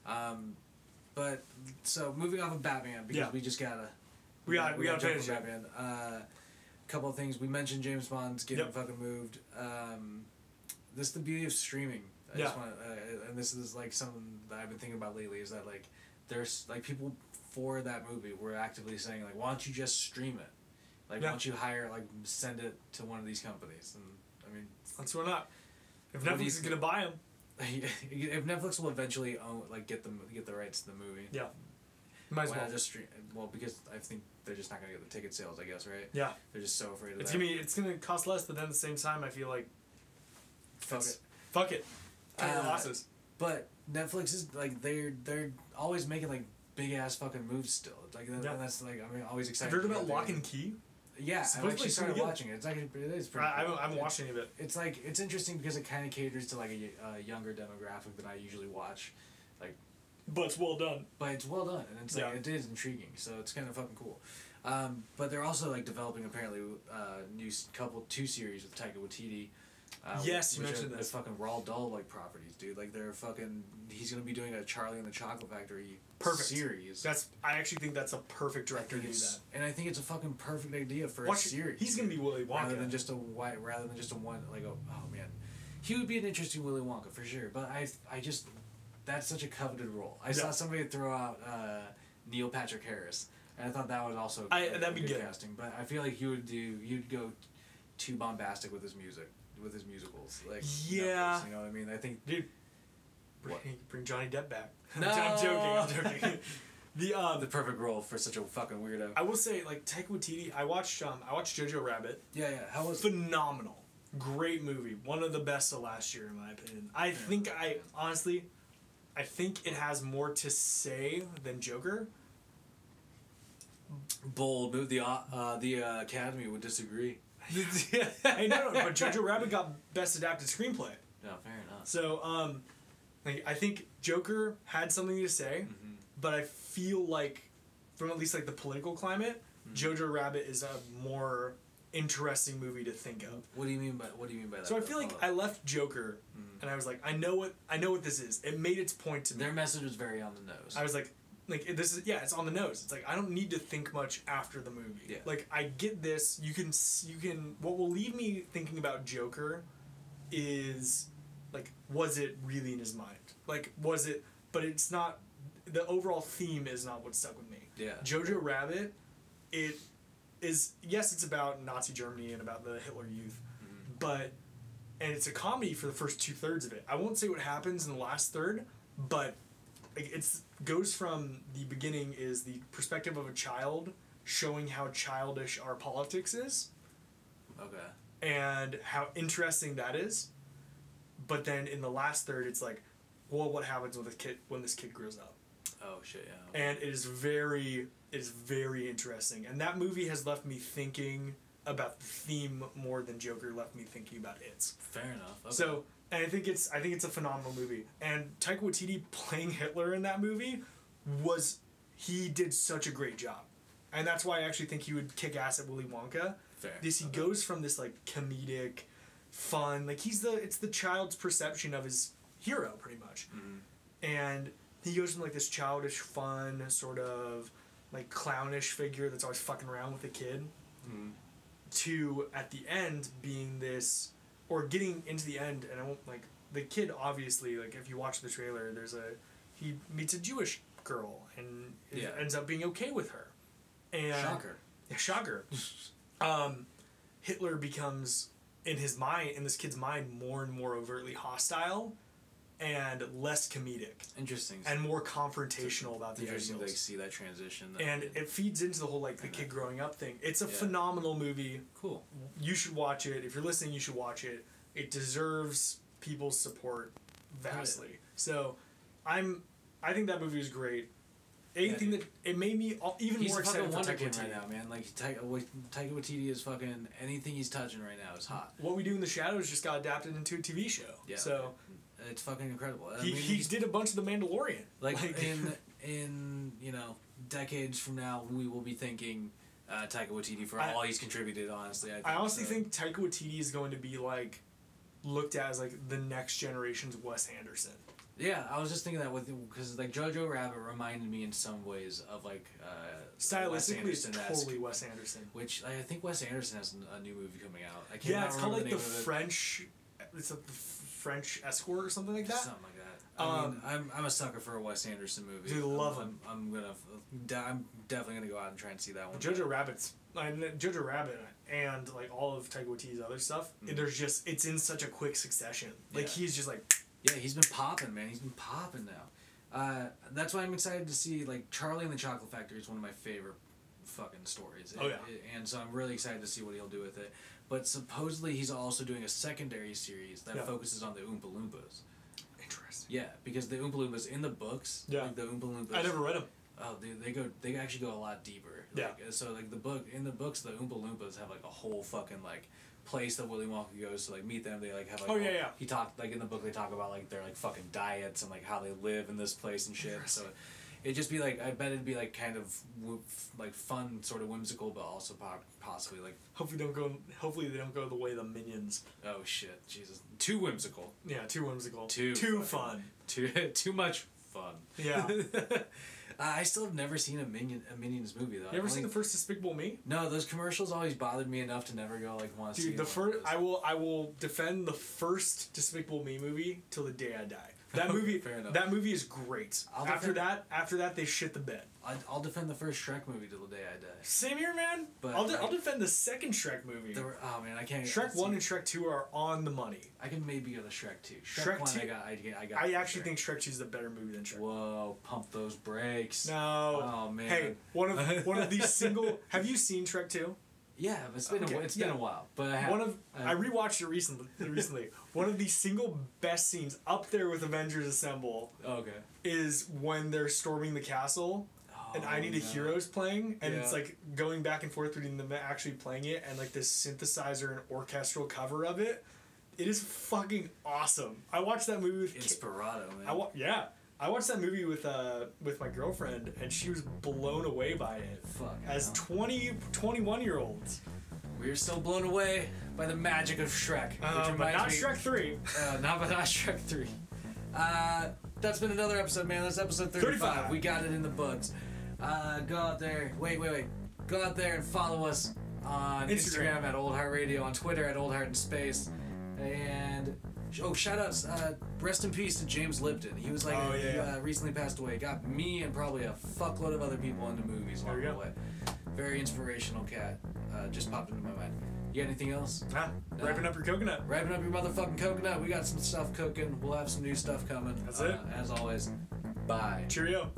Speaker 2: Um, but so moving off of Batman because
Speaker 3: Yeah.
Speaker 2: we just gotta
Speaker 3: We got we got to
Speaker 2: jump
Speaker 3: finish
Speaker 2: on
Speaker 3: it.
Speaker 2: Batman. Uh, couple of things we mentioned James Bond's getting
Speaker 3: Yep.
Speaker 2: fucking moved. Um, this is the beauty of streaming. I just
Speaker 3: Yeah.
Speaker 2: want uh, and this is like something that I've been thinking about lately is that like there's like people for that movie were actively saying like why don't you just stream it like
Speaker 3: Yeah.
Speaker 2: why don't you hire like send it to one of these companies and I mean
Speaker 3: That's what not. If
Speaker 2: What
Speaker 3: Netflix
Speaker 2: do you
Speaker 3: is
Speaker 2: think?
Speaker 3: gonna buy him,
Speaker 2: <laughs> if Netflix will eventually own like get the get the rights to the movie
Speaker 3: Yeah. might as
Speaker 2: why
Speaker 3: well.
Speaker 2: not just stream well because I think they're just not gonna get the ticket sales I guess right
Speaker 3: yeah,
Speaker 2: they're just so afraid of
Speaker 3: it's
Speaker 2: that
Speaker 3: gonna be it's gonna cost less, but then at the same time, I feel like
Speaker 2: Fuck
Speaker 3: it's-
Speaker 2: it.
Speaker 3: Fuck it. Cut your
Speaker 2: Uh,
Speaker 3: losses.
Speaker 2: But Netflix is like they're they're always making like big ass fucking moves still. It's Like that,
Speaker 3: Yeah.
Speaker 2: and that's like I mean always
Speaker 3: Have
Speaker 2: excited.
Speaker 3: you heard
Speaker 2: to hear
Speaker 3: about Lock
Speaker 2: they-
Speaker 3: and Key?
Speaker 2: Yeah, I've actually
Speaker 3: Supposedly it's pretty
Speaker 2: started
Speaker 3: good.
Speaker 2: watching it. It's actually it is pretty.
Speaker 3: I, I
Speaker 2: cool.
Speaker 3: haven't, I haven't
Speaker 2: It-
Speaker 3: watched any of it.
Speaker 2: It's like it's interesting because it kind of caters to like a, a younger demographic than I usually watch,
Speaker 3: But it's well done.
Speaker 2: but it's well done and it's like
Speaker 3: Yeah.
Speaker 2: it is intriguing. So it's kind of fucking cool. Um, but they're also like developing apparently uh, new s- couple two series with Taika Waititi. Uh,
Speaker 3: Yes, you
Speaker 2: which are
Speaker 3: mentioned
Speaker 2: the
Speaker 3: this.
Speaker 2: fucking Raw Doll like properties, dude. Like they're fucking. He's gonna be doing a Charlie and the Chocolate Factory
Speaker 3: Perfect.
Speaker 2: series.
Speaker 3: That's I actually think that's a perfect
Speaker 2: I
Speaker 3: director to
Speaker 2: think
Speaker 3: do
Speaker 2: it's-
Speaker 3: that.
Speaker 2: And I think it's a fucking perfect idea for
Speaker 3: Watch
Speaker 2: a series.
Speaker 3: He's gonna be Willy Wonka.
Speaker 2: rather than just a white, rather than just a one. Like oh, oh man, he would be an interesting Willy Wonka for sure. But I I just that's such a coveted role. I
Speaker 3: Yeah.
Speaker 2: saw somebody throw out uh, Neil Patrick Harris, and I thought that was also
Speaker 3: I-
Speaker 2: a
Speaker 3: that'd be good.
Speaker 2: casting. But I feel like he would do you'd go too bombastic with his music with his musicals like
Speaker 3: Yeah.
Speaker 2: numbers, you know what I mean I think
Speaker 3: dude. Bring,
Speaker 2: What?
Speaker 3: bring Johnny Depp back. <laughs>
Speaker 2: No.
Speaker 3: I'm joking. I'm joking. <laughs> the um,
Speaker 2: the perfect role for such a fucking weirdo
Speaker 3: I will say like Taika Waititi. I watched um, I watched Jojo Rabbit.
Speaker 2: yeah yeah how was
Speaker 3: Phenomenal, great movie. One of the best of last year in my opinion. I think I honestly, I think it has more to say than
Speaker 2: <laughs>
Speaker 3: Joker. <laughs>
Speaker 2: Bold move. The uh, uh, the uh, Academy would disagree.
Speaker 3: I know, but Jojo Rabbit got best adapted screenplay.
Speaker 2: No, fair enough.
Speaker 3: So, um, like, I think Joker had something to say,
Speaker 2: Mm-hmm.
Speaker 3: but I feel like, from at least like the political climate,
Speaker 2: Mm-hmm.
Speaker 3: Jojo Rabbit is a more interesting movie to think of.
Speaker 2: What do you mean by what do you mean by that? Mm-hmm.
Speaker 3: So I
Speaker 2: though?
Speaker 3: feel like
Speaker 2: Follow
Speaker 3: I
Speaker 2: up.
Speaker 3: left Joker, and I was like, I know what I know what this is. It made its point to me.
Speaker 2: their message was very on the nose.
Speaker 3: I was like, like it- this is yeah, it's on the nose. It's like I don't need to think much after the movie.
Speaker 2: Yeah.
Speaker 3: Like I get this. You can s- you can what will leave me thinking about Joker is like was it really in his mind? Like was it? But it's not. The overall theme is not what stuck with me.
Speaker 2: Yeah.
Speaker 3: Jojo Rabbit, it is yes, it's about Nazi Germany and about the Hitler Youth, but and it's a comedy for the first two thirds of it. I won't say what happens in the last third, but like it's goes from the beginning is the perspective of a child showing how childish our politics is
Speaker 2: okay.
Speaker 3: and how interesting that is. But then in the last third, it's like, well, what happens when this kid when this kid grows up?
Speaker 2: Oh shit. Yeah.
Speaker 3: and it is very it is very interesting and that movie has left me thinking about the theme more than joker left me thinking about it
Speaker 2: Fair enough. Okay.
Speaker 3: so and i think it's i think it's a phenomenal movie and taika waititi playing hitler in that movie was he did such a great job and that's why i actually think he would kick ass at willy wonka
Speaker 2: fair.
Speaker 3: this he
Speaker 2: Okay.
Speaker 3: goes from this like comedic fun like he's the it's the child's perception of his hero pretty much
Speaker 2: Mm-hmm.
Speaker 3: and he goes from like this childish fun sort of like clownish figure that's always fucking around with a kid
Speaker 2: Mm-hmm.
Speaker 3: to at the end being this or getting into the end and i won't like the kid obviously like if you watch the trailer there's a he meets a jewish girl and is-
Speaker 2: Yeah.
Speaker 3: ends up being okay with her and
Speaker 2: Shocker. <laughs>
Speaker 3: yeah, shocker. um, Hitler becomes in his mind, in this kid's mind, more and more overtly hostile, and less comedic,
Speaker 2: Interesting.
Speaker 3: and more confrontational about
Speaker 2: It's
Speaker 3: the
Speaker 2: interesting to like,
Speaker 3: ideals.
Speaker 2: see that transition. that-
Speaker 3: And it feeds into the whole like the kid growing up thing. It's a
Speaker 2: Yeah.
Speaker 3: phenomenal movie.
Speaker 2: cool.
Speaker 3: You should watch it. If you're listening, you should watch it. It deserves people's support vastly. So, I'm. I think that movie is great. Anything that it made me all, even
Speaker 2: He's
Speaker 3: more
Speaker 2: a fucking
Speaker 3: excited for
Speaker 2: wonder
Speaker 3: Taika
Speaker 2: kid right
Speaker 3: Waititi.
Speaker 2: now, man. Like Taika Wai- Taika Waititi is fucking anything he's touching right now is hot.
Speaker 3: What We Do in the Shadows just got adapted into a TV show.
Speaker 2: Yeah.
Speaker 3: So
Speaker 2: It's fucking incredible. I
Speaker 3: he,
Speaker 2: mean,
Speaker 3: he did a bunch of The Mandalorian.
Speaker 2: like,
Speaker 3: <laughs>
Speaker 2: in in you know decades from now, we will be thanking uh, Taika Waititi for
Speaker 3: I-
Speaker 2: all he's contributed. Honestly, I, think,
Speaker 3: I honestly
Speaker 2: so.
Speaker 3: think Taika Waititi is going to be like looked at as like the next generation's Wes Anderson.
Speaker 2: Yeah, I was just thinking that with because like Jojo Rabbit reminded me in some ways of like uh, Wes
Speaker 3: Stylistically, it's
Speaker 2: Anderson-esque,
Speaker 3: totally Wes Anderson.
Speaker 2: Which like, I think Wes Anderson has n- a new movie coming out. I can't
Speaker 3: Yeah, it's called
Speaker 2: remember
Speaker 3: like
Speaker 2: the
Speaker 3: the,
Speaker 2: name of it.
Speaker 3: French. It's a f- French escort or something like that.
Speaker 2: Something like that. I mean,
Speaker 3: Um,
Speaker 2: I'm, I'm a sucker for a Wes Anderson movie.
Speaker 3: Dude, love
Speaker 2: I'm,
Speaker 3: him.
Speaker 2: I'm, I'm gonna, de- I'm definitely gonna go out and try and see that one.
Speaker 3: Jojo Rabbit's and then Jojo Rabbit and like all of Taika Waititi's other stuff. There's just it's in such a quick succession. Like
Speaker 2: Mm. Yeah.
Speaker 3: he's just like
Speaker 2: Yeah, he's been popping, man. He's been popping now. Uh, that's why I'm excited to see like Charlie and the Chocolate Factory is one of my favorite fucking stories.
Speaker 3: Oh, yeah.
Speaker 2: It- and so I'm really excited to see what he'll do with it. But supposedly he's also doing a secondary series that
Speaker 3: Yeah.
Speaker 2: focuses on the Oompa Loompas.
Speaker 3: interesting.
Speaker 2: Yeah, because the Oompa Loompas in the books,
Speaker 3: Yeah.
Speaker 2: like the Oompa Loompas.
Speaker 3: I never read him.
Speaker 2: Oh, dude, they go. They actually go a lot deeper.
Speaker 3: Yeah.
Speaker 2: Like, uh, so like the book in the books, the Oompa Loompas have like a whole fucking like place that Willy Wonka goes to like meet them. They like have like
Speaker 3: Oh, yeah,
Speaker 2: all-
Speaker 3: yeah.
Speaker 2: He talked like in the book they talk about like their like fucking diets and like how they live in this place and shit. So. It'd just be like I bet it'd be like kind of w- f- like fun, sort of whimsical, but also po- possibly like
Speaker 3: Hopefully don't go. Hopefully they don't go the way of the minions.
Speaker 2: oh shit, Jesus, too whimsical, <laughs>
Speaker 3: Yeah, too whimsical.
Speaker 2: Too
Speaker 3: too
Speaker 2: fucking-
Speaker 3: fun.
Speaker 2: too too much fun. <laughs> Uh,
Speaker 3: Yeah. you
Speaker 2: I still have never seen a minion a Minions movie though. I've
Speaker 3: ever
Speaker 2: only-
Speaker 3: seen the first Despicable Me?
Speaker 2: No, those commercials always bothered me enough to never go like want to see.
Speaker 3: Dude, the
Speaker 2: one of
Speaker 3: first
Speaker 2: those.
Speaker 3: I will I will defend the first Despicable Me movie till the day I die.
Speaker 2: <laughs>
Speaker 3: That movie,
Speaker 2: Fair enough.
Speaker 3: that movie is great.
Speaker 2: I'll
Speaker 3: after
Speaker 2: defend-
Speaker 3: that, after that, they shit the bed.
Speaker 2: I, I'll defend the first Shrek movie till the day I die.
Speaker 3: Same here, man.
Speaker 2: But,
Speaker 3: I'll, de- I'll
Speaker 2: like-
Speaker 3: defend the second Shrek movie.
Speaker 2: There were, oh man, I can't.
Speaker 3: Shrek
Speaker 2: see-
Speaker 3: one and Shrek two are on the money.
Speaker 2: I can maybe go to Shrek two. Shrek,
Speaker 3: Shrek
Speaker 2: one, I
Speaker 3: two-
Speaker 2: got. I, I got.
Speaker 3: I
Speaker 2: for
Speaker 3: actually
Speaker 2: sure.
Speaker 3: think Shrek two is the better movie than Shrek.
Speaker 2: Whoa! Pump those brakes.
Speaker 3: No.
Speaker 2: Oh, man. <laughs>
Speaker 3: Hey, one of one of these single. Have you seen Shrek two?
Speaker 2: Yeah, but it's been a,
Speaker 3: Okay,
Speaker 2: wh- it's
Speaker 3: yeah.
Speaker 2: been a while. But I have,
Speaker 3: One of
Speaker 2: I-
Speaker 3: I rewatched it recently. Recently, one of the single best scenes up there with Avengers Assemble
Speaker 2: okay.
Speaker 3: is when they're storming the castle and I Need a
Speaker 2: Oh, no.
Speaker 3: Hero's playing, and it's
Speaker 2: Yeah.
Speaker 3: like going back and forth between them actually playing it and like this synthesizer and orchestral cover of it. It is fucking awesome. I watched that movie with ki-
Speaker 2: Inspirato, man.
Speaker 3: I wa- yeah. I watched that movie with uh with my girlfriend and she was blown away by it.
Speaker 2: Fuck.
Speaker 3: As
Speaker 2: no.
Speaker 3: 20 21 year olds.
Speaker 2: we are still blown away by the magic of Shrek.
Speaker 3: Um, but not
Speaker 2: reminds me- <laughs>
Speaker 3: Shrek 3.
Speaker 2: Uh, not but not Shrek three. Uh, that's been another episode, man. That's episode 35.
Speaker 3: 35.
Speaker 2: We got it in the books. Uh, go out there. Wait, wait, wait. Go out there and follow us on
Speaker 3: Instagram.
Speaker 2: Instagram, at Old Heart Radio, on Twitter at Old Heart in Space, and oh, shout outs. Uh, rest in peace to James Lipton. He was like
Speaker 3: Oh,
Speaker 2: he,
Speaker 3: yeah.
Speaker 2: uh, recently passed away. Got me and probably a fuckload of other people into movies along
Speaker 3: There you
Speaker 2: the
Speaker 3: go.
Speaker 2: way. Very inspirational cat. Uh, just popped into my mind. You got anything else?
Speaker 3: Ah,
Speaker 2: Nah.
Speaker 3: ripen up your coconut.
Speaker 2: Wrapping up your motherfucking coconut. We got some stuff cooking. We'll have some new stuff coming.
Speaker 3: That's
Speaker 2: Uh, As always, bye.
Speaker 3: Cheerio.